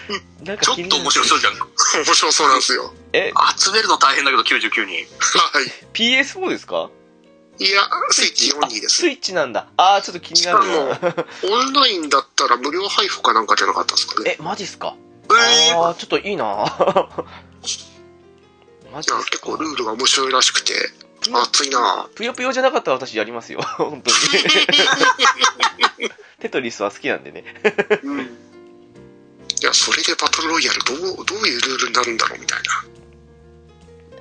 C: れ
A: ル。なんか
C: ちょ
A: 気
C: っ
A: に
C: と
A: なる
C: 面白そうじゃん。
B: 面白そうなんですよ
A: え、
C: 集めるの大変だけど、99人。
B: はい
A: PS4 ですか
B: いやスイッチ4にです
A: スイッチなんだ。あー、ちょっと気になる
B: しか
A: な。
B: オンラインだったら無料配布かなんかじゃなかったですかね。
A: え、マジっすか
C: えー
A: あー、ちょっといいな マジ
B: いや
A: っす
B: 結
A: か
B: 構ルールが面白いらしくて、熱いな
A: ぷよぷよじゃなかったら私やりますよ。 本 当に。テトリスは好きなんでね。
B: うん。いや、それでバトルロイヤルどう、どういうルールになるんだろうみたい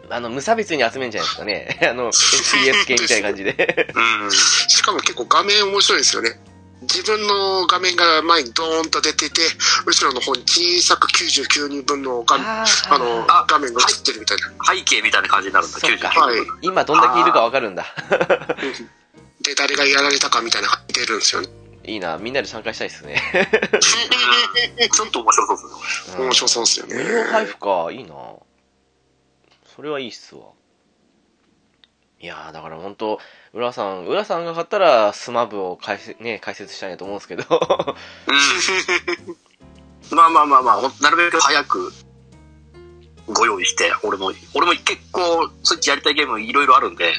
B: な。
A: あの、無差別に集めんじゃないですかね。あの、FPS 系みたいな感じで。
C: うん。
B: しかも結構画面面白いんですよね。自分の画面が前にドーンと出てて、後ろの方に小さく99人分の 画
A: あ
B: あ
A: ー
B: の
C: あ
B: 画面が映ってるみたいな。
C: 背景みたいな感じになるんだ、
A: そうか
C: 99。
B: はい。
A: 今どんだけいるかわかるんだ。
B: で、誰がやられたかみたいなのが出るんですよね。
A: いいな、みんなで参加したいですね。
C: ちょっと面白そうですね。
A: うん
B: 面白そうですよね。
A: 無料配布か、いいなそれはいいっすわ。いやー、だから本当浦さん、浦さんが買ったら、スマブを解説、ね、解説したいなと思うんですけど。
C: うん。 まあまあまあまあほん、なるべく早くご用意して、俺も、俺も結構、スイッチやりたいゲームいろいろあるんで。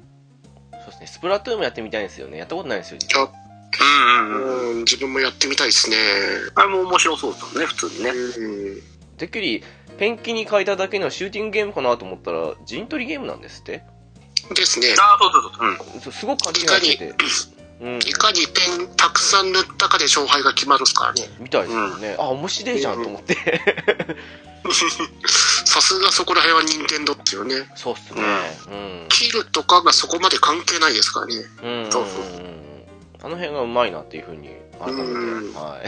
A: そうですね、スプラトゥーンもやってみたいんですよね。やったことないんですよ、
B: い
A: 実は
B: や
C: うんうん。
B: うん、自分もやってみたいですね。
C: あれも面白そうですよね、普通にね。
B: うん。
A: てっきり、ペンキに変えただけのシューティングゲームかなと思ったら、陣取りゲームなんですって。
B: ですね。
C: ああ、そうそうそう。うん。
A: そうすごく関係ないって。うん。
B: いかに点たくさん塗ったかで勝敗が決まるっすからね。
A: みたいですよね。あ、面白いじゃんと思って。
B: さすがそこら辺は任天堂ですよね。
A: そうっすね。うん。
B: キルとかがそこまで関係ないですからね。
A: うん
C: そうそう
A: あの辺がうまいなっていうふうに改めて、
B: うん
A: はい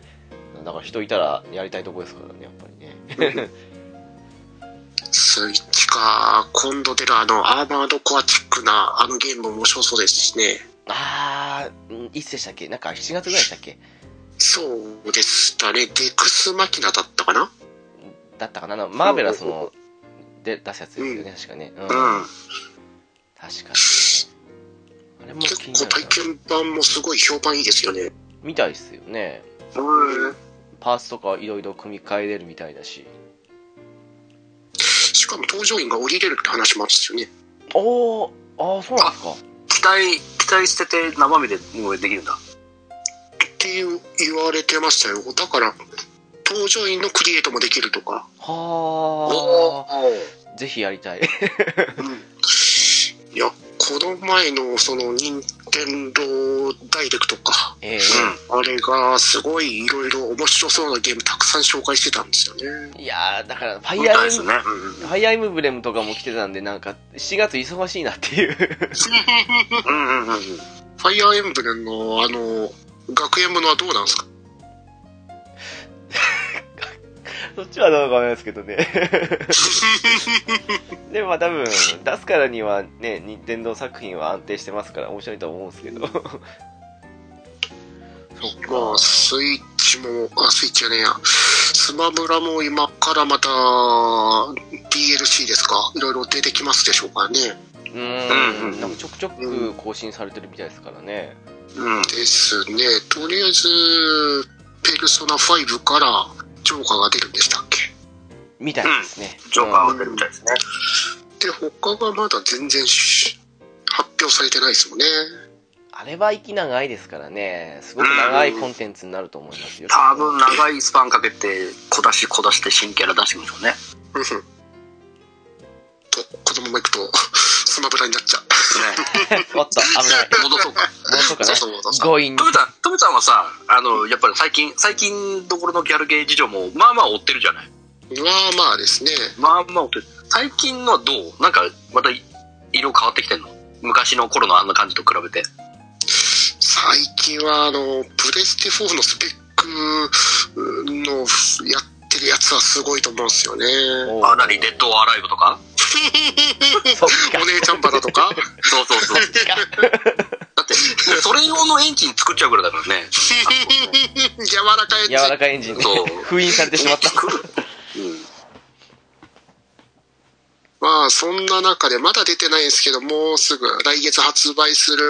A: だから人いたらやりたいとこですからねやっぱりね
B: スイッチか、今度出るあの、アーマードコアチックなあのゲームも面白そうですしね。
A: ああいつでしたっけなんか7月ぐらいでしたっけ
B: そうでしたね。デクスマキナだったかな
A: だったかなあのマーベラスので出すやつですよね、確かね、うん、確か
C: うん。
A: にあれも
B: 結
A: 気にな
B: 構
A: る
B: 体
A: な
B: 験版もすごい評判いいですよね。
A: みたいっすよね
C: うん。
A: パーツとかいろいろ組み替えれるみたいだし
B: しかも搭乗員が降りれるって話もあるんですよね。
A: おーああそうなんですか
C: 期待、期待してて生身でもうできるんだ。
B: っていう言われてましたよ。だから、搭乗員のクリエイトもできるとか。
A: は
C: お
A: あ
C: ー。
A: ぜひやりたい
B: いや、この前のその任天堂ダイレクトか。
A: ええ
B: あれがすごいいろいろ面白そうなゲームたくさん紹介してたんですよね。
A: いやーだからファ
C: う
A: イ
C: ん。み
A: ア
C: たい
A: ー
C: で
A: エム
C: すね。うんうん。
A: ファイアーエムブレムとかも来てたんで、なんか、4月忙しいなっていう。
C: うんうんうんうん。
B: ファイアーエンブレムのあの、学園ものはどうなんですか
A: そっちはどうかわかんないですけどね。 でもまあ多分、出すからにはね、任天堂作品は安定してますから面白いと思うんですけど。そっか。
B: まあ、スイッチも、あ、スイッチじゃねえや。スマブラも今からまた DLC ですかいろいろ出てきますでしょうからね。
A: うー
C: うんうん
A: ん。 なんかちょくちょく更新されてるみたいですからね。
C: うん。
B: ですね。とりあえず、ペルソナ5からジョーカーが出るんでしたっけ
A: みたいですね。
C: ジョーカーは出るみたいですね。
B: で、他がまだ全然し発表されてないですもんね。
A: あれは息長いですからね。すごく長いコンテンツになると思いますよ。
C: 多分長いスパンかけて、小出し小出しで新キャラ出してくるんでしょうね。
B: うんうんと、このままいくと、スマブラになっちゃう。
C: ね。
A: おっと、危ない。
C: 戻そうか。
A: 戻うか
B: そうそうそう
A: な。強引に。
C: トメさん、トメさんはさ、あの、やっぱり最近、最近どころのギャルゲー事情も、まあまあ追ってるじゃない。
B: まあまあですね。
C: まあまあ追ってる。最近のはどうなんか、またい、色変わってきてんの昔の頃のあんな感じと比べて。
B: 最近は、あの、プレステ4のスペックのやってるやつはすごいと思うんですよね。
A: おー
C: あ、なに、デッドオアライブと か
A: そっか
B: お。姉ちゃんバラとか
C: そうそうそう。だって、それ用のエンジン作っちゃうぐらいだからね。
B: 柔らかい
A: 柔らかいエンジンで
C: そう
A: 封印されてしまった。
B: まあ、そんな中で、まだ出てないんですけど、もうすぐ来月発売する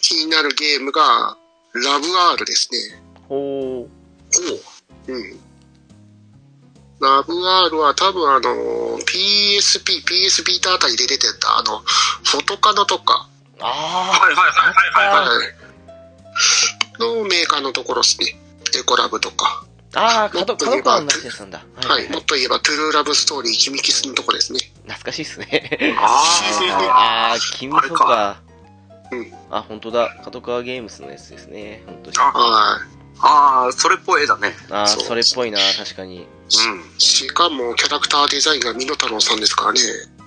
B: 気になるゲームが、ラブ R ですね。
A: ほ
B: うん。ラブ R は多分あの、PSP、PS ビータあたりで出てた、あの、フォトカノとか、
A: う。あ
C: はいはいはいはいはい。
A: あ
B: はい。のメーカーのところですね。デコラブとか。
A: ああ、角角川の話ですんだ。
B: はい。もっと言えば、トゥルーラブストーリー、君キスのとこですね。
A: 懐かしいっすね。 あ
C: あ
A: あ、君とか
B: うん。
A: あ、本当だ。角川ゲームスのやつですね。本当に。
C: あ
B: はい。
C: あ、ああ、それっぽい絵だね。
A: ああ、
B: そう
A: それっぽいな、確かに。
B: しかも、キャラクターデザインがミノタロウさんですからね。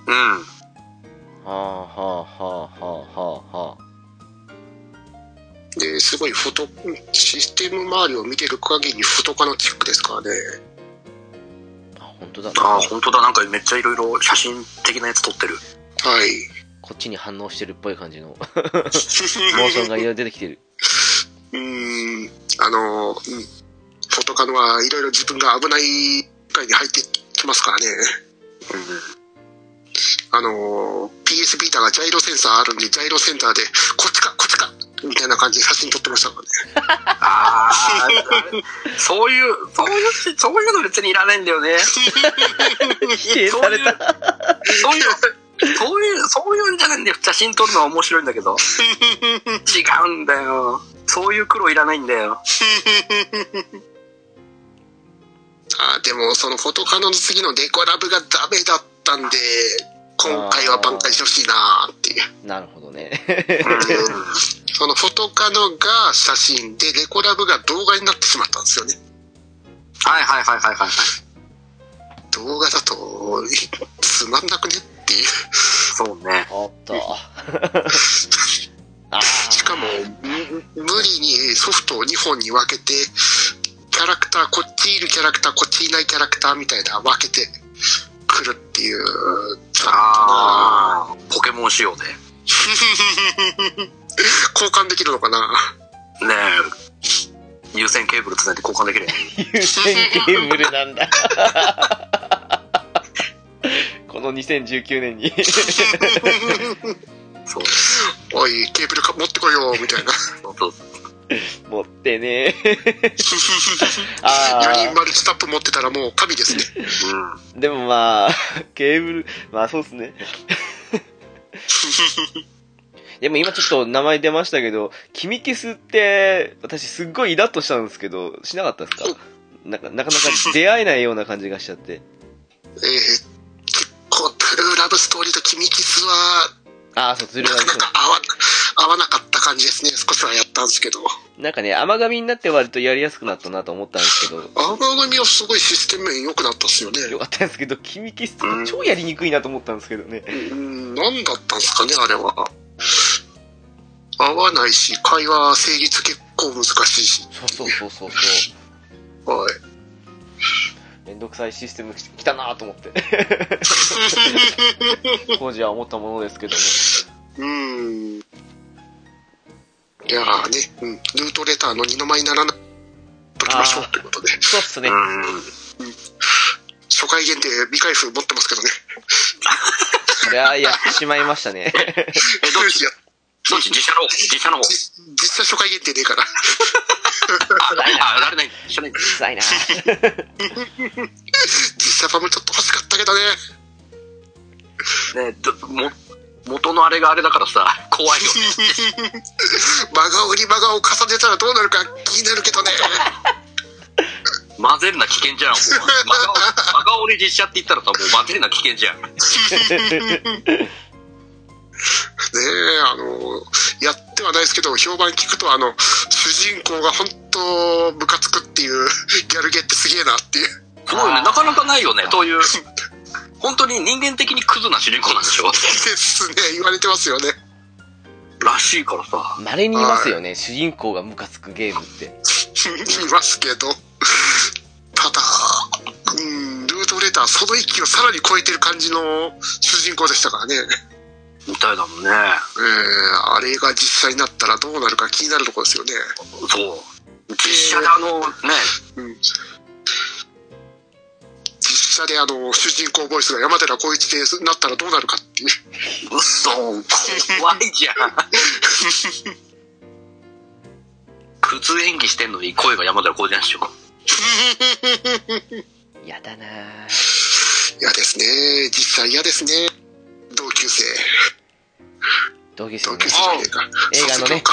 C: うん。うん。
A: はあはあはあはあはあはあ。
B: で、すごいフォト、システム周りを見てる限り、フォトカのチックですからね。
A: あ、本当だ。
C: ああ、本当だ。なんかめっちゃいろいろ写真的なやつ撮ってる。
B: はい。
A: こっちに反応してるっぽい感 じのモ
B: モ
A: ー
B: ー
A: ションがいろいろ出てきてる。
B: うーん、あの、うん、フォトカノはいろいろ自分が危ない世界に入ってきますからね。あの、PS ビーターがジャイロセンサーあるんで、ジャイロセンターで、こっちか、こっちかみたいな感じで写真撮ってましたからね。
C: ああ、そういう、そういう、そういうの別にいらないんだよね。
A: 否定された。
C: そういう、そういう、そういうんじゃないんだよ。写真撮るのは面白いんだけど。違うんだよ。そういう苦労いらないんだよ。
B: あーでも、そのフォトカノの次のデコラブがダメだったんで、今回は挽回してほしいなーっていう。
A: なるほどね。
B: そのフォトカノが写真で、デコラブが動画になってしまったんですよね。
C: はいはいはいはいはい。
B: 動画だと、つまんなくねっていう。
C: そうね。
A: おっと。 あー
B: しかも、む無理にソフトを2本に分けて、キャラクター、こっちいるキャラクター、こっちいないキャラクターみたいな分けてくるっていう、ちょっとなぁ
C: ああ、ポケモン仕様で。
B: 交換できるのかな
C: ねえ、優先ケーブルつないで交換できるよね。
A: 優先ケーブルなんだ。 この2019年に
C: そう。
B: おい、ケーブルか持ってこいよ、みたいな。
C: そうそう
A: 持ってねえ。あ
B: 4人
A: あ、
B: マルチタップ持ってたらもう神ですね。
C: うん。
A: でもまあ、ケーブル、まあそうっすね。でも今ちょっと名前出ましたけど、君消すって、私すっごいイラッとしたんですけど、しなかったですかなんか、なかなか出会えないような感じがしちゃって。
B: えー、結構、トゥルーラブストーリーと君キスは、
A: ああ、そう、ずる
B: な
A: が
B: かなか合わ合わなかった感じですね。少しはやったんですけど。
A: なんかね、甘髪になって割とやりやすくなったなと思ったんですけど、
B: 青髪はすごいシステム面良くなったっすよね。
A: よかったんですけど、君消すって超やりにくいなと思ったんですけどね。
B: うん、何だったんですかね、あれは。合わないし、会話成立結構難しいし。
A: そうそうそうそうそう。
B: はい。
A: めんどくさいシステム来たなと思 って。当時は思ったものですけども。
B: うん。いやーね、うん、ルートレターの二の舞にならなときましょうということで、
A: そうっすね。
C: うん。
B: 初回限定未開封持ってますけどね。
A: いや、やってしまいましたね。
C: え、どっち
B: いや
C: どっち自社の方自社の方
B: じ実際初回限定でいいから。
C: あ、誰ないあ、誰ない一緒に。
A: うざいな
B: 実際パムちょっと欲しかったけどね。
C: ねども、元のあれがあれだからさ、怖いよね。
B: 真顔に真顔を重ねたらどうなるか気になるけどね。
C: 混ぜるな危険じゃん、もう。真顔真顔で実写って言ったらさ、もう混ぜるな危険じゃん。
B: ねえ、あの、やってはないですけど、評判聞くと、あの、主人公が本当ムカつくっていう、 ギャルゲーってすげえなっていう。
C: すごい
A: あ
C: ね、
A: ー
C: なかなかないよね、そういう。本当に人間的にクズな主人公なんでしょ
B: ですね、言われてますよね。
C: らしいからさ。
A: 稀にいますよね、主人公がムカつくゲームって。
B: いますけど。ただ、うん、ルートレーター、その域をさらに超えてる感じの主人公でしたからね。
C: みたいだもん
B: え
C: ね。
B: ー、あれが実際になったらどうなるか気になるところですよね。
C: そう。実写であの、ね、
B: うん実写であの主人公ボイスが山寺宏一でなったらどうなるかっていう
C: 嘘、怖いじゃん。 クズ演技してんのに声が山田浩二なんでしょ。
A: やだなぁ
B: 嫌ですね実際嫌ですね同級生
A: 同級生
B: 同
A: ね
B: 級生じゃねえか
A: 映画のね、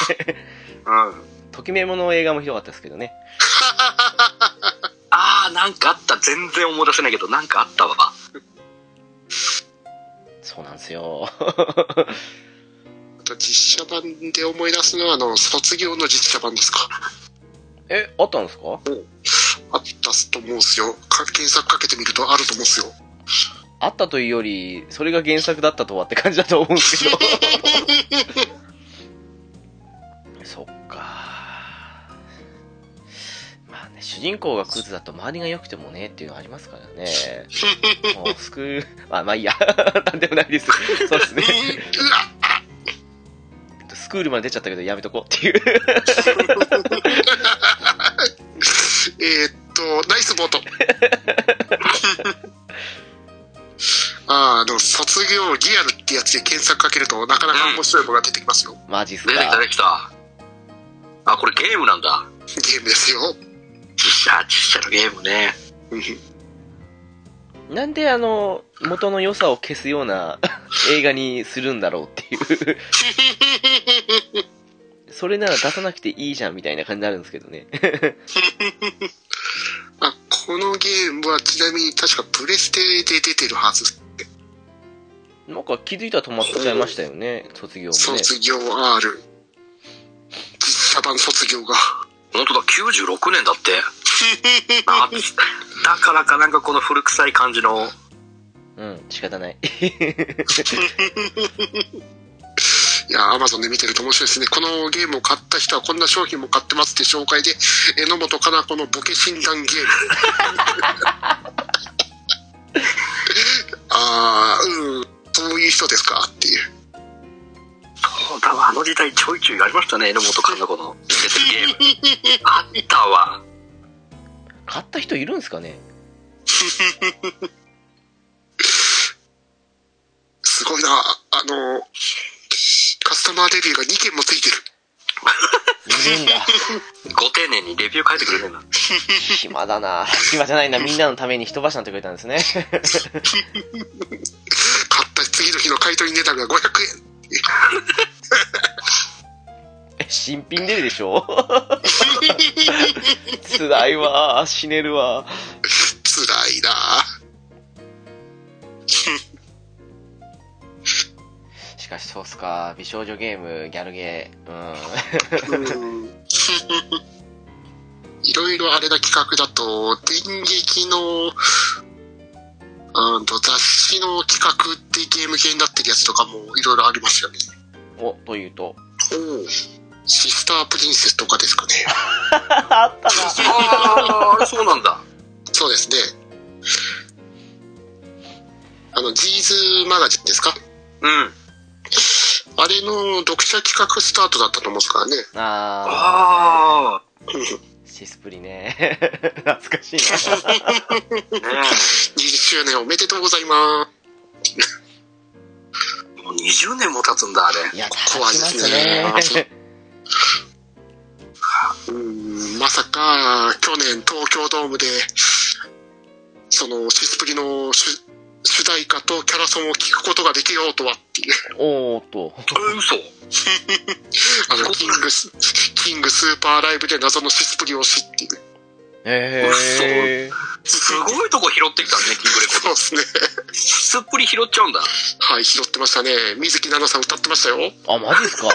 C: うん。
A: ときめもの映画もひどかったですけどね。
C: あー、なんかあった。全然思い出せないけど、なんかあったわ。
A: そうなんですよ。
B: あと実写版で思い出すのはあの卒業の実写版ですか
A: え、あったんですか
B: あったと思うんですよか検索かけてみるとあると思うんですよ
A: あったというより、それが原作だったとはって感じだと思うんですけど。そっか。主人公がクズだと周りが良くてもねっていうのありますからね。もう、救う、まあ、まあいいや。 なんでもないです。そうです ね。スクールまで出ちゃったけどやめとこうっていう。
B: えーっと、ナイスボ ート。あーあの、卒業リアルってやつで検索かけると、なかなか面白いのが出てきますよ。
A: マジっす
C: 出てきた
A: か
C: 出。てきたあこれゲームなんだ
B: ゲームですよ。
C: 実写実写のゲームね
B: うん
A: なんであの、元の良さを消すような 映画にするんだろう っていう。それなら出さなくていいじゃんみたいな感じになるんですけどね。
B: あこのゲームはちなみに確かプレステで出てるはず。
A: なんか気づいたら止まっちゃいましたよね、卒業もね。
B: 卒業 R。実写版卒業が。
C: 本当だ96年だって あだからかなんかこの古臭い感じの
A: うん、仕方ない。
B: いや、アマゾンで見てると面白いですね。このゲームを買った人はこんな商品も買ってますって紹介で、榎本かな子のボケ診断ゲーム。 ああ、うん、そういう人ですかっていう。
C: そうだわあの時代ちょいちょいありましたね榎本かな子の出てるゲームあったわ
A: 買った人いるんですかね
B: すごいな、あの、カスタマーレビューが2件もついてる。
A: い るんだ。
C: ご丁寧にレビュー書いてくれるんだ
A: 暇だな。暇じゃないな。みんなのために一場所なんてくれたんです ね。
B: 買った次の日の買い取り値段が500円。
A: 新品出るでしょ辛いわ。死ねるわ。
B: 辛いな
A: しかしそうっすか。美少女ゲーム、ギャルゲー。うん。
B: いろいろあれな企画だと、電撃の、うんと、雑誌の企画ってゲーム系になってるやつとかもいろいろありますよね。
A: お、というと。
B: おシスタープリンセスとかですかね。
A: あった
C: ああそうなんだ
B: そうですね。あの、ジーズマガジンですか
C: うん
B: あれの読者企画スタートだったと思うんですからね。
A: な。あ
C: あ
A: ー、シスプリね。 懐かしいな。
C: あね
B: 20周年おめでとうございます。
C: えもう20年も経つんだあれ
A: いや、
B: こ
A: 立ち
B: こは
A: ま
B: ですす
A: ね
B: ね。うんまさか、去年東京ドームで、その、シスプリの主主題歌とキャラソンを聞くことができようとはっていう。
A: おーっと。
C: え嘘
B: あの、キングス、キングスーパーライブで謎のシスプリを知っている。
A: えー。
C: すごいとこ拾ってきたねキングレコード
B: そうですね。
C: すっぷり拾っちゃうんだ
B: はい、拾ってましたね。水木奈々さん歌ってましたよ。
A: あ、マジっすか。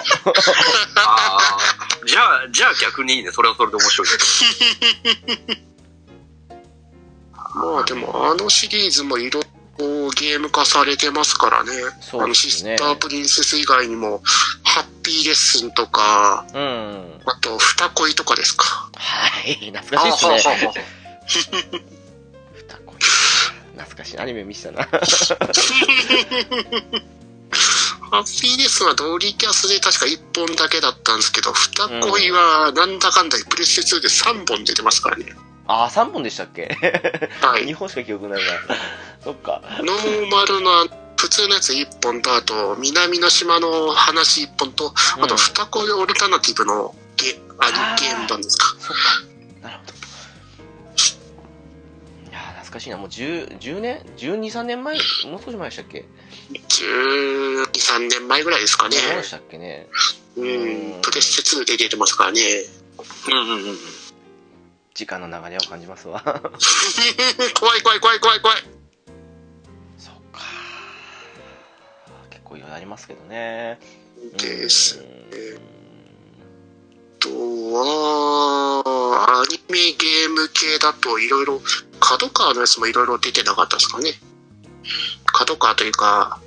C: ああ じゃあじゃあ逆にいいねそれはそれで面白い
B: まあでも、あのシリーズもいろいろゲーム化されてますからね。
A: そうですね
B: あの、シスタープリンセス以外にも、ハッピーレッスンとか、
A: うん。
B: あと、二恋とかですか。
A: はい。懐かしいっすね。
C: あ
A: 双子懐かしい。アニメ見せたな。
B: ハッピーレッスンはドリキャスで確か1本だけだったんですけど、二恋はなんだかんだプレステ2で3本出てますからね。
A: あー、3本でしたっけ
B: は
A: ?2
B: い。
A: 本しか記憶ないな。そっか。
B: ノーマルの普通のやつ1本と、あと、南の島の話1本と、
A: うん
B: あと、二恋オルタナティブのゲあ
A: あー
B: ゲーム版ですか。
A: そっか。なるほど。いやー、懐かしいな。もう10、10年 ?12、3年前もう少し前でしたっけ
B: 12、3年前ぐらいですかね。
A: どうでしたっけね。
B: うん。プレステ2で出てますからね。
C: うんうんうん
A: 時間の流れを感じますわ。
B: 怖い怖い怖い怖い怖い。
A: そっか。結構いろいろありますけどね。
B: です
A: うん
B: あとは、アニメゲーム系だといろいろ、角川のやつもいろいろ出てなかったですかね。角川というか、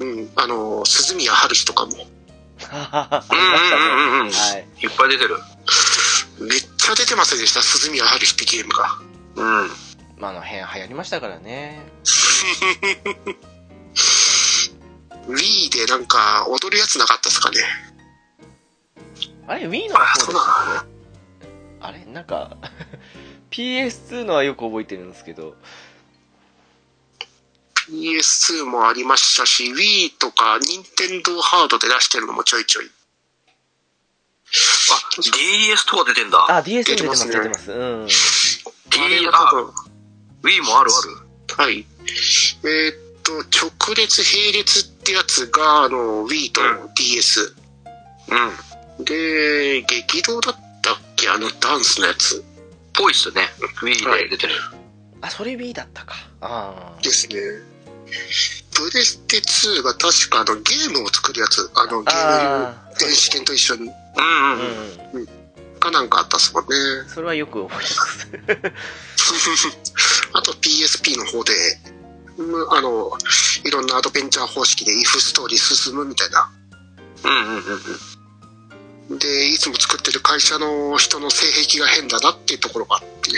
B: うん、あの、鈴宮春日とかも、
A: ありましたね。
C: うんうんうんうん
A: はい。
C: いっぱい出てる
B: めっち昔は出てませんでした、鈴宮春日ゲームが。
C: うん。
A: まあ、あの辺流行りましたからね。
B: Wii でなんか踊るやつなかったですかね。
A: あれ、Wii の
B: あ
A: 方
B: そ
A: で
B: うだ
A: すあれなんか PS2 のはよく覚えてるんですけど
B: PS2 もありましたし、Wii とか Nintendo ハードで出してるのもちょいちょい。
C: あ、DS とか出てんだ。
A: あ DS に出てます
B: 出
A: 出て
B: て
A: ま
B: ます
A: うん
B: あれ
C: DS、
B: が
C: あ
B: 多、分
C: Wii もあるある。
B: はい。えーっと、直列並列ってやつが、あの、Wii と DS。
C: うん。
B: で、激動だったっけあのダンスのやつ。
C: ぽいっすよね。Wii で出てる。
A: あそれ Wii だったかあー
B: ですね。プレステ2が確かあのゲームを作るやつ。あの、ゲーム
A: あ
B: 電子券と一緒に。
C: うん
A: ー
C: うんうん。
A: う
B: かなんかあったっすもんね。
A: んそれはよく覚えてます
B: あと PSP の方で、うんあの、いろんなアドベンチャー方式で if ストーリー進むみたいな。
C: うんうんうんうん。
B: で、いつも作ってる会社の人の性癖が変だなっていうところがあって。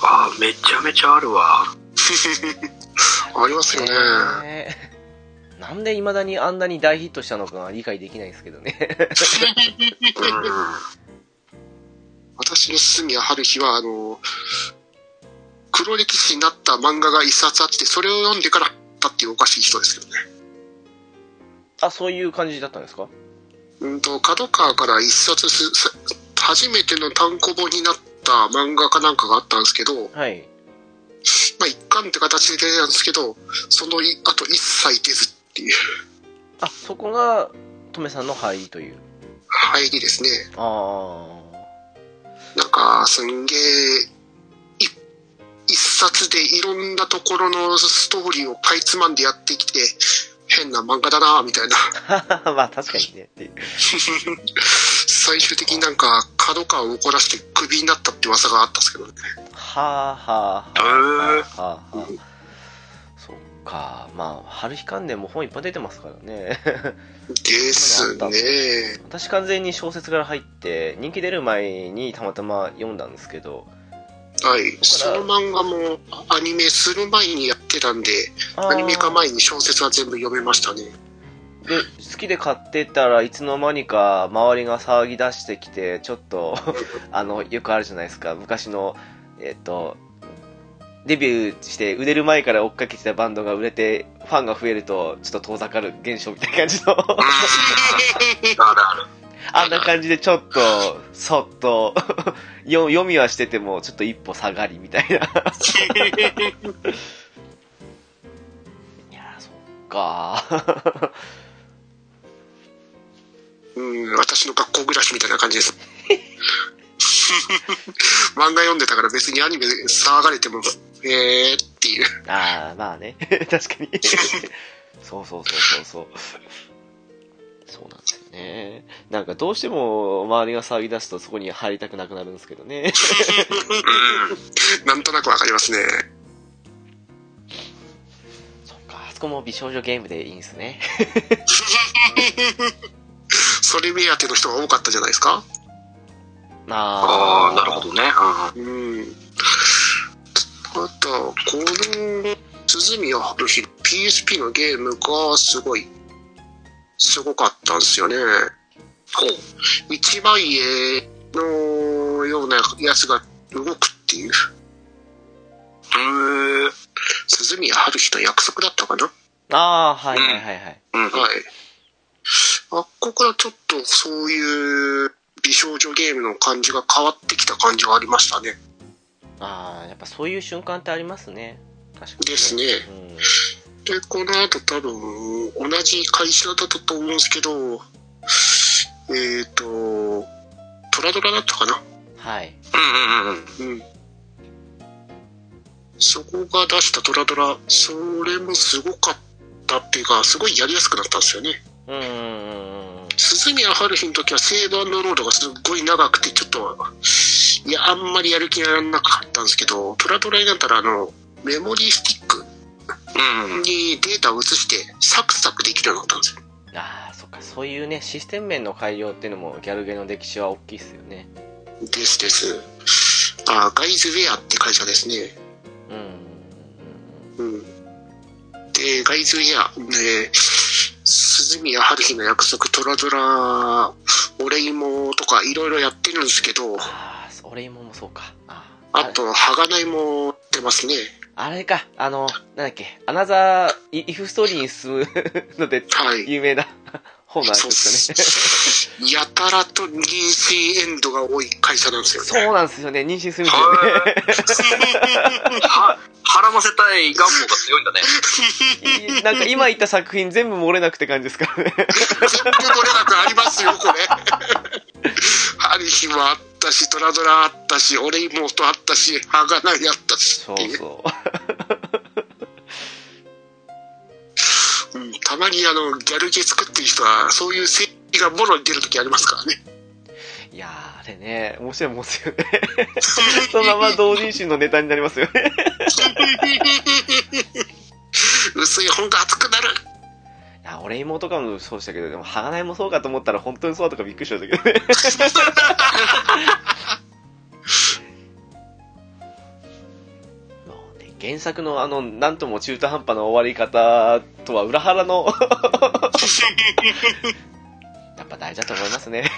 C: あー、めちゃめちゃあるわ。
B: ありますよね。
A: ねー なんで未だにあんなに大ヒットしたのかが理解できないですけどね
C: う
B: 私の住谷春日は、あの、黒歴史になった漫画が一冊あって、それを読んでからだっていうおかしい人ですけどね。
A: あそういう感じだったんですか
B: うんと、角川から一冊す、さ初めての単行本になった漫画かなんかがあったんですけど、
A: はい
B: まあ一巻って形で出てたんですけど、そのいあと一切出ずっていう
A: あそこがトメさんの入りという
B: 入りですね。
A: あ
B: なんか、すんげえ、い一冊でいろんなところのストーリーをかいつまんでやってきて、変な漫画だなみたいな。
A: あ まあ確かにねっていう
B: 最終的になんか角川を怒らせてクビになったって噂があったんですけどね
A: はあはあはあ
C: へー
A: はあはあそっかまあ春日関連も本いっぱい出てますからね
B: ですね
A: 私完全に小説から入って人気出る前にたまたま読んだんですけど
B: はいその漫画もアニメする前にやってたんで
A: あー
B: アニメ化前に小説は全部読めましたね
A: で好きで買ってたらいつの間にか周りが騒ぎ出してきてちょっとあのよくあるじゃないですか昔のえっとデビューして売れる前から追っかけてたバンドが売れてファンが増えるとちょっと遠ざかる現象みたいな感じの
C: ん。ある ある。
A: あんな感じでちょっと、そっと、よ読みはしてても、ちょっと一歩下がりみたいな。いやー、そっか
B: うん私の学校暮らしみたいな感じです 漫画読んでたから別にアニメ騒がれてもえーっていう
A: ー。あー、まあね。 確かに。そうそうそうそうそう。そうなんですよね。なんかどうしても周りが騒ぎ出すとそこに入りたくなくなるんですけどね。
B: なんとなくわかりますね
A: そっか、あそこも美少女ゲームでいいんです ね。
B: それ目当ての人が多かったじゃないですか
A: あ
C: あ
A: ー
C: あ、なるほどね。う
B: うんあとはこの鈴宮春日 PSP のゲームがすごいすごかったんですよね
C: ほう
B: 一枚絵のようなやつが動くっていう
C: ん。へえ。
B: 鈴宮春日と約束だったかな
A: あー、はいはいはいはい。
C: うん。
B: はいあっこからちょっとそういう美少女ゲームの感じが変わってきた感じはありましたね
A: ああやっぱそういう瞬間ってありますね確かに
B: ですね
A: うん、
B: で、この後多分、同じ会社だったと思うんですけど、えっ、と、トラドラだったかな
A: はい
C: うん うんうんうん。
B: うん。そこが出したトラドラ、それもすごかったっていうか、すごいやりやすくなったんですよね。
A: うんうんうんうん
B: 鈴宮春日の時はセーバーロードがすっごい長くて、ちょっと、いや、あんまりやる気がなかったんですけど、トラドラになったら、あの、メモリースティック
C: うんうん。
B: にデータを移して、サクサクできるようになったんですよ。
A: ああそっかそういうねシステム面の改良っていうのもギャルゲーの歴史は大きいっすよね
B: ですです。あ、ガイズウェアって会社ですね。
A: うん。
B: うん。で、ガイズウェア、で、鈴宮春日の約束、トラドラ、お礼もとかいろいろやってるんですけど、
A: ああ、俺今もそうか。あー
B: あと、はがないも出ますね。
A: あれか、あの、なんだっけ、アナザー、イイフストーリーに進む ので、
B: はい。
A: 有名な本なんで
B: そうっ
A: すよね。
B: す。やたらと妊娠エンドが多い会社なんですよね。
A: そうなんですよね、妊娠するんですよね。
C: はは腹ませたい願望が強いんだね。
A: いなんか今言った作品全部漏れなくって感じですからね。
B: 全部取れなくありますよ、これ。ハリヒもあったし、トラドラあったし、俺妹あったし、ハガナイあったし
A: そうそう。
B: うんたまにあの、ギャルゲ作ってる人は、そういう正義がボロに出る時ありますからね。
A: いやー、あれね、面白いもんですよね。 そのまま同人誌のネタになりますよね。
B: 薄い本が熱くなる。
A: いや、俺妹とかもそうでしたけど、でも、鋼もそうかと思ったら本当にそうだとかびっくりしましたけどね。もうね原作のあの、なんとも中途半端な終わり方とは裏腹のやっぱ大事だと思いますね。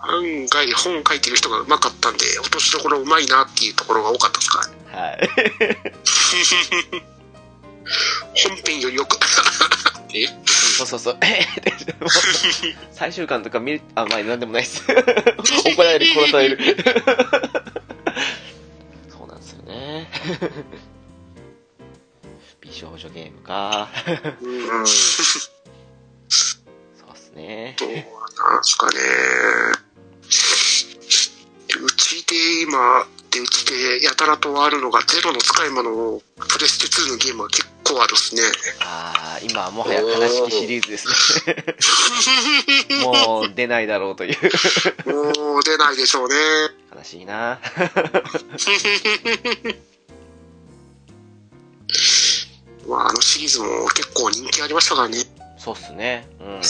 B: 案外本を書いてる人がうまかったんで、落としどころうまいなっていうところが多かったですか
A: は
B: ら、ね、
A: い。
B: 本編よりよく。え
A: そうそうそう。えってもう最終巻とか見る、あ、まあ、なんでもないです。怒られる、殺される。そうなんですよね。美少女ゲームか。
B: う
A: そうっ
B: ん
A: すね。
B: どうなんすかね。うちで今、でうちでやたらとあるのが、ゼロの使い魔のプレステ2のゲームは結構あるっすね。
A: ああ、今はもはや悲しきシリーズですね。もう出ないだろうという。
B: もう出ないでしょうね。
A: 悲しいな。
B: まあ、あのシリーズも結構人気ありましたからね。
A: そうっすね。うん。
B: うん。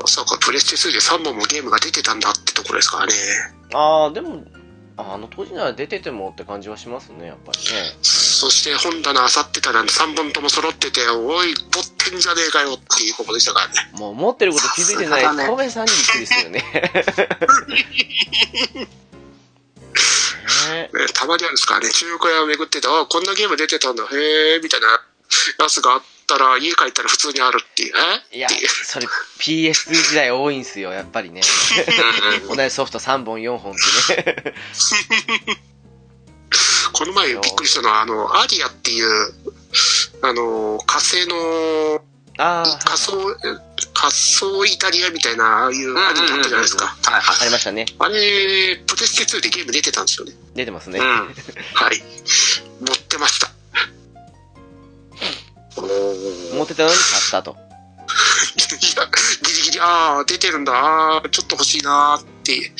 B: まさかプレステ2で3本もゲームが出てたんだってところですからね。
A: ああ、でも、ああの当時なら出ててもって感じはしますね、やっぱりね。
B: そして本棚あさってたら3本とも揃ってて、おい、持ってんじゃねえかよっていうことでしたからね。
A: もう持ってること気づいてない
C: さすがだね
A: 小部さんにびっくりですよ ね。ね
B: ねたまにあるんですからね、中古屋を巡ってて、あこんなゲーム出てたんだ、へえ、みたいなやつがあったら、家帰ったら普通にあるっていう、え
A: いや、それ PS2 時代多いんすよ、やっぱりね。同じソフト3本4本ってね。
B: この前びっくりしたのは、あの、アリアっていう、あの、火星の、
A: ああ、
B: 仮想、仮想イタリアみたいな、ああいうアニメあったじゃないですか。
C: はい
A: あ
C: は
A: りましたね。
B: あれ、プレステ2でゲーム出てたんですよね。
A: 出てますね。
C: い。うん。
B: はい。持ってま した。
A: 持ってたのに買ったと。
B: いや、ギリギリ、ああ、出てるんだ、ああ、ちょっと欲しいなーって、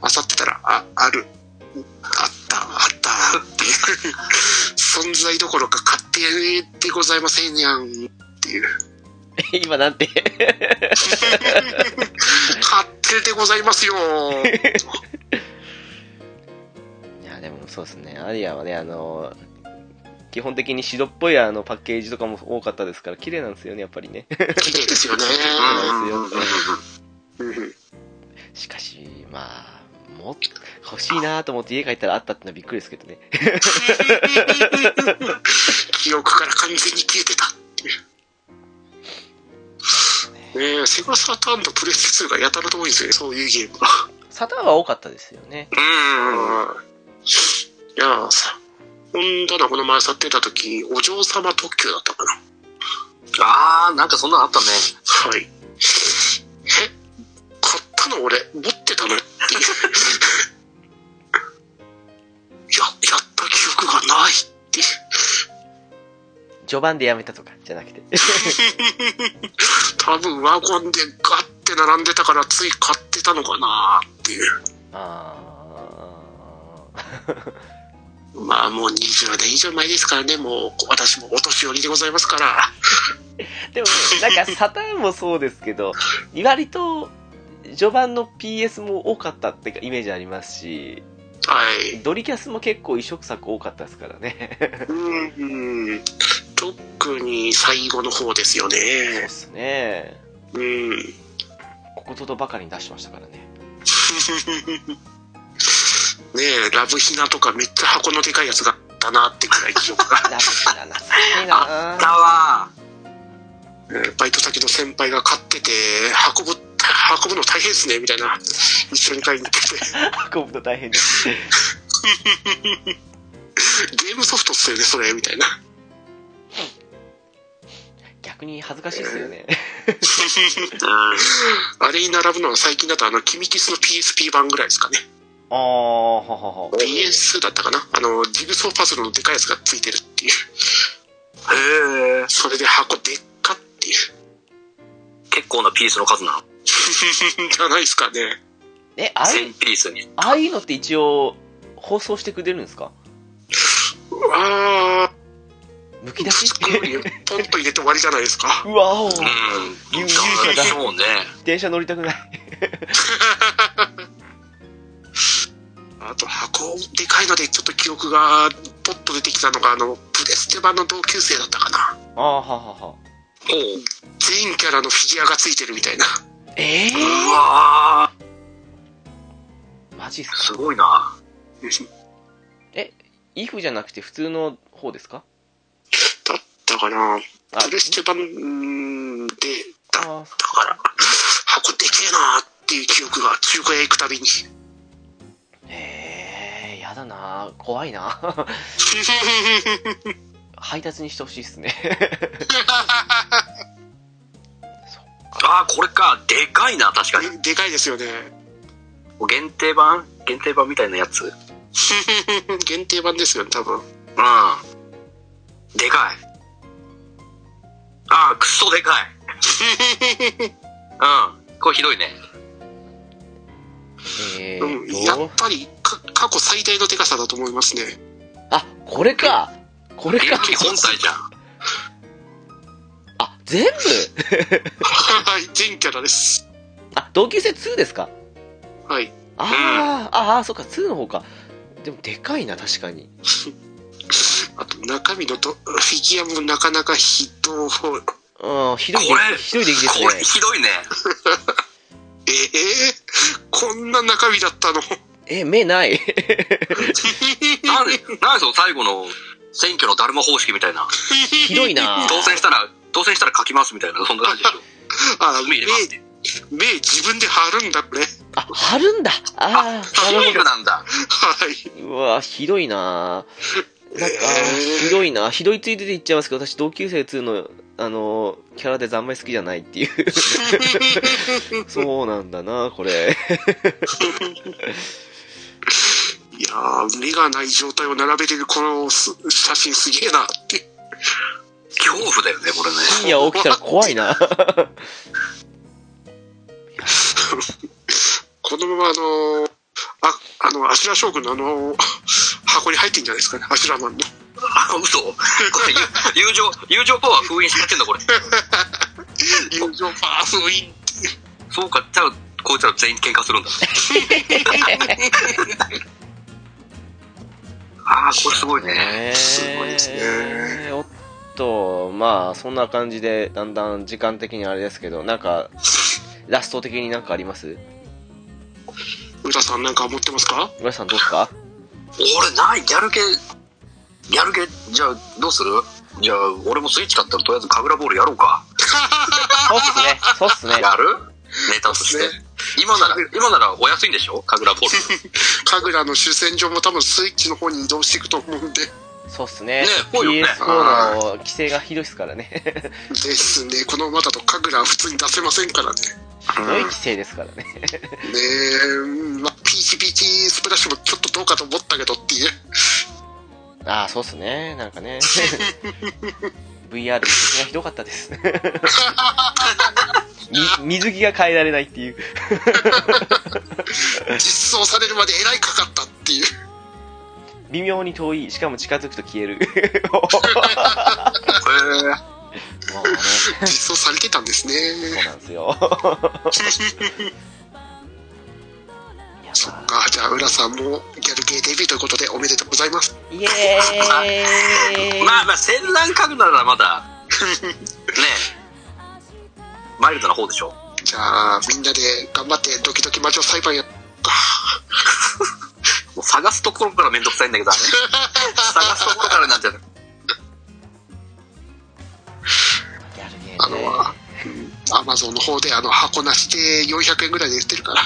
B: あさってたら、あ、ある、あった、あったっていう、存在どころか買ってやれてございませんやんって いう、
A: 今なんて。
B: 買ってでございますよー。
A: いや、でもそうですね。アリアはね、あの基本的に白っぽいあのパッケージとかも多かったですから、綺麗なんですよね、やっぱりね。
B: 綺麗ですよね。
A: なんですよ。
B: うん
A: しかし、まあ、もっ欲しいなと思って家帰ったらあったってのはびっくりですけどね。
B: 記憶から完全に消えてたっていう。ねえ、セガサターンとプレステ2がやたらと多いんですよね、そういうゲームが。
A: サターンは多かったですよね。
B: いやさ、ほんだらこの前去ってた時、お嬢様特急だったかな。
C: あー、なんかそんなのあったね。
B: はい。え、買ったの俺、持ってたのっていう。 いや、やった記憶がないっていう。
A: 序盤でやめたとかじゃな くて。
B: 多分ワゴンでガッて並んでたからつい買ってたのかなっていう。
A: あ
B: まあもう20年以上前ですからね、もう私もお年寄りでございますから。
A: ー。でも、なんかサターンもそうですけど、割と、序盤の PS も多かったってイメージありますし、
B: はい。
A: ドリキャスも結構移植作多かったですからね。
B: うんうん。特に最後の方ですよ
A: そうで
B: ね。
A: すね。
B: うん。
A: ここととばかりに出してましたからね。
B: ねえ、ラブヒナとかめっちゃ箱のでかいやつがあったなってくらい記憶が。
A: ラブヒナ懐かしいな
C: だわ
B: うんバイト先の先輩が買ってて、運ぶ、運ぶの大変ですね、みたいな。一緒に買いに行ってて。
A: 運ぶの大変です。
B: ゲームソフトっすよね、それ、みたいな。
A: 逆に恥ずかしいですよね。
B: あれに並ぶのは最近だと、あの、キミキスの PSP 版ぐらいですかね。
A: あー、ははは。
B: PS だったかなあの、ジグソーパズルのでかいやつがついてるっていう。
C: へえ
B: それで箱でっかっていう。
C: 結構なピースの数なの
B: じゃないですかね。
A: え、あれ、
C: 1000ピースに
A: ああいうのって一応、放送してくれるんですか
B: あ
A: むき
B: ー、
A: 出し
B: すごいよ。ポンと入れて終わりじゃないですか。
A: うわお
C: うん
A: 優秀だ
C: そうね
A: 電車乗りたくない。
B: あと、箱でかいので、ちょっと記憶がポッと出てきたのが、あの、プレステ版の同級生だったかな。
A: あーははは。
C: お
B: 全キャラのフィギュアがついてるみたいな。
A: ええ
C: うわ
A: ー、マジっす
C: ー
A: か
C: すごいな
A: イフじゃなくて普通の方ですか
B: だったかな。
A: あ
B: プレステ版うんで、
A: あ
B: だっ
A: ー
B: たから、箱でけえなーっていう記憶が、中華屋行くたびに。
A: ええー、やだなー怖いな配達にしてほしいっす ね。
C: あーこれかでかいな確かに
B: ででかいですよね。
C: 限定版限定版みたいなやつうん
B: 限定版ですよね、多分。
C: でかいああクソでかいうんこれひどいね
A: え
B: うん、
A: ー
B: や
A: と、
B: っぱりか過去最大のでかさだと思いますね。
A: あ、これかこれ
C: ゲ
A: か
C: ーム機本体じゃん
A: あ、全部
B: はい、全キャラです。
A: あ、同級生2ですか
B: はい。
A: あー、あー、そっか、2の方か。でも、でかいな、確かに。
B: あと中身のどフィギュアもなかなかひどい。
A: うん、ひどい出
C: これ
A: 来、ひどい出来ですね
C: これ。ひどいね
B: えー、こんな中身だったの
A: え、目ない。
C: なんでなんでその最後の選挙のだるま方式みたいな
A: ひどい な
C: 当選したら当選したら書きますみたいなそんな感じでしょ
B: あ
C: 目
B: 目
C: 入れますって
B: 目自分で貼るんだこれ。
A: あ、貼るんだあー、な
C: シン
A: る
C: プルなんだ
B: はい。
A: ほど。うわひどいななんか、
B: えー
A: ひどいなひどいついてて言っちゃいますけど、私、同級生2の、あのー、キャラでざんまり好きじゃないっていう。 そうなんだなこれ。
B: いやー目がない状態を並べてるこのす写真すげえなって。
C: 恐怖だよねこれね
A: 深夜起きたら怖いな
B: このままあのーあ、あの、アシュラ将軍のあのー 箱に入ってんじゃないですかね、アシュラマンの。
C: あ嘘これ友情友情パワー封印されてんだこれ
B: 友情パースウィン。
C: そうかじゃあこいつら全員喧嘩する んだああこれすごいね
A: ね
B: すごいですね
A: おっと、まあ、そんな感じで、だんだん時間的にあれですけど、なんか、ラスト的になんかあります
B: 浦さんなんか持ってますか
A: 村さんどうですか
C: 俺ないギャル系ギャル系じゃあどうするじゃあ俺もスイッチ買ったらとりあえず神楽ボールやろうか
A: そうっすね。そうっすね。
C: やるネタとし
B: そ
C: て
B: うっす
C: 今なら今ならお安いんでしょ神楽ボール
B: 神楽の主戦場も多分スイッチの方に移動していくと思うんで。
A: そうっすね
C: ね。ぽいよね
A: PS4 の規制がひどいっすからね。
B: ですね。このままだと神楽は普通に出せませんからね。
A: ひどい規制ですからね。
B: ねえ、うんまあ、ピーチピーチスプラッシュもちょっとどうかと思ったけどっていう。
A: ああ、そうっすね。なんかね。VR の規制がひどかったです。 み水着が変えられないっていう。
B: 実装されるまでえらいかかったっていう。
A: 微妙に遠い。しかも近づくと消える。
C: へえ
A: もうね。
B: 実装されてたんですね。
A: そうなんですよ。
B: そっか、じゃあ、浦さんもギャルゲーデビューということでおめでとうございます。
A: イエーイ
C: まあまあ、戦乱書くならまだ、ねえ、マイルドな方でしょ。
B: じゃあ、みんなで頑張ってドキドキ魔女裁判やっか。
C: もう探すところからめんどくさいんだけど、あれ探すところからになっちゃう。
A: ギャルゲ
B: あ
A: ー
B: の
A: ね。
B: アマゾンの方であの箱なしで400円ぐらいで売ってるから。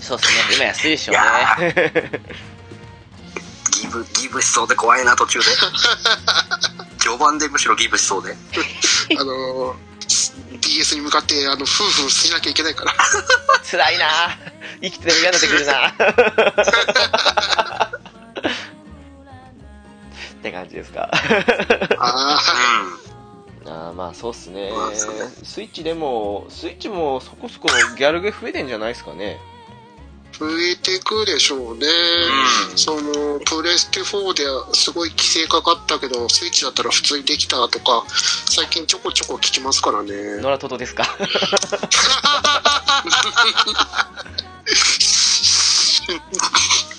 A: そうですね。今安いでしょう
C: いや
A: ね。
C: ギブ、ギブしそうで怖いな、途中で。序盤でむしろギブしそうで。
B: あの、BS に向かって、あの、夫婦しなきゃいけな いから。
A: 辛 いな生きてるの嫌になってくる なって感じですか
B: ああ。
C: う
A: あーまあそうっすね
C: まあそうね
A: スイッチでもスイッチもそこそこギャルゲ増えてんじゃないですかね
B: 増えていくでしょうね、
C: うん
B: そのプレステ4ですごい規制かかったけどスイッチだったら普通にできたとか最近ちょこちょこ聞きますからね
A: 野良トト ですか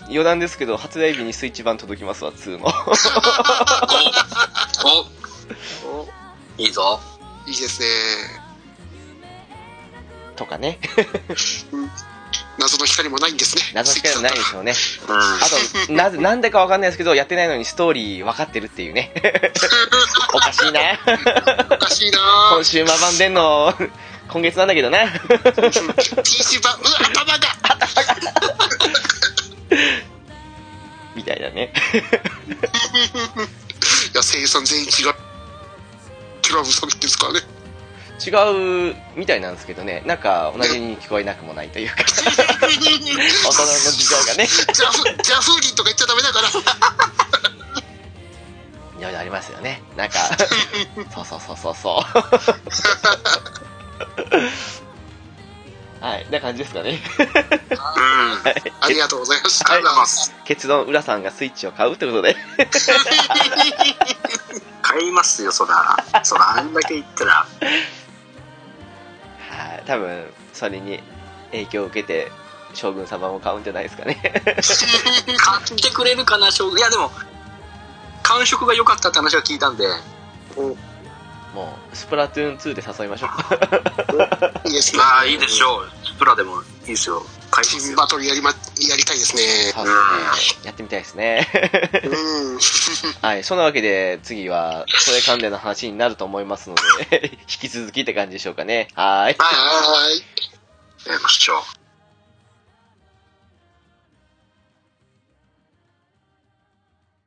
A: 余談ですけど発売日にスイッチ版届きますわ2も
C: ん。お、
B: お
C: いいぞ。
B: いいですね
A: とかね
B: 謎の光もないんですね
A: 謎の機会もないでしょうね
C: うん。
A: あとなぜなんでかわかんないですけどやってないのにストーリー分かってるっていうねおかしいな
B: おかしいな
A: 今週マ版でんの今月なんだけどな
B: PC 版うわ頭が
A: みたいなね
B: いや声優さん全員違う違う作品ですからね
A: 違うみたいなんですけどねなんか同じに聞こえなくもないというか 大人の事情がね
B: ジャフジャフーリンとか言っちゃダメだから
A: いろいろありますよねなんかそうそうそうそうそうはいな感じですかね
C: うん。
B: ありがとうございまし
A: は
B: た
A: い結論浦さんがスイッチを買うってことで
C: 買いますよ、そら。そら、あんだけ言ったら。
A: はい多分それに影響を受けて将軍様も買うんじゃないですかね
C: 買ってくれるかな、将軍。いや、でも、感触が良かったって話は聞いたんで。
A: もうスプラトゥーン2で誘いましょう
B: いいですね
C: まあ、いいでしょう。プラでもいいですよ。買い
B: チ
C: ます
B: ーム
C: よ。
B: バトルやり,、ま、やりたいですね。
A: そうですねやってみたいです ね
B: うん。
A: はいそんなわけで次はそれ関連の話になると思いますので引き続きって感じでしょうかねはーい
B: はーい。
C: やりましょう。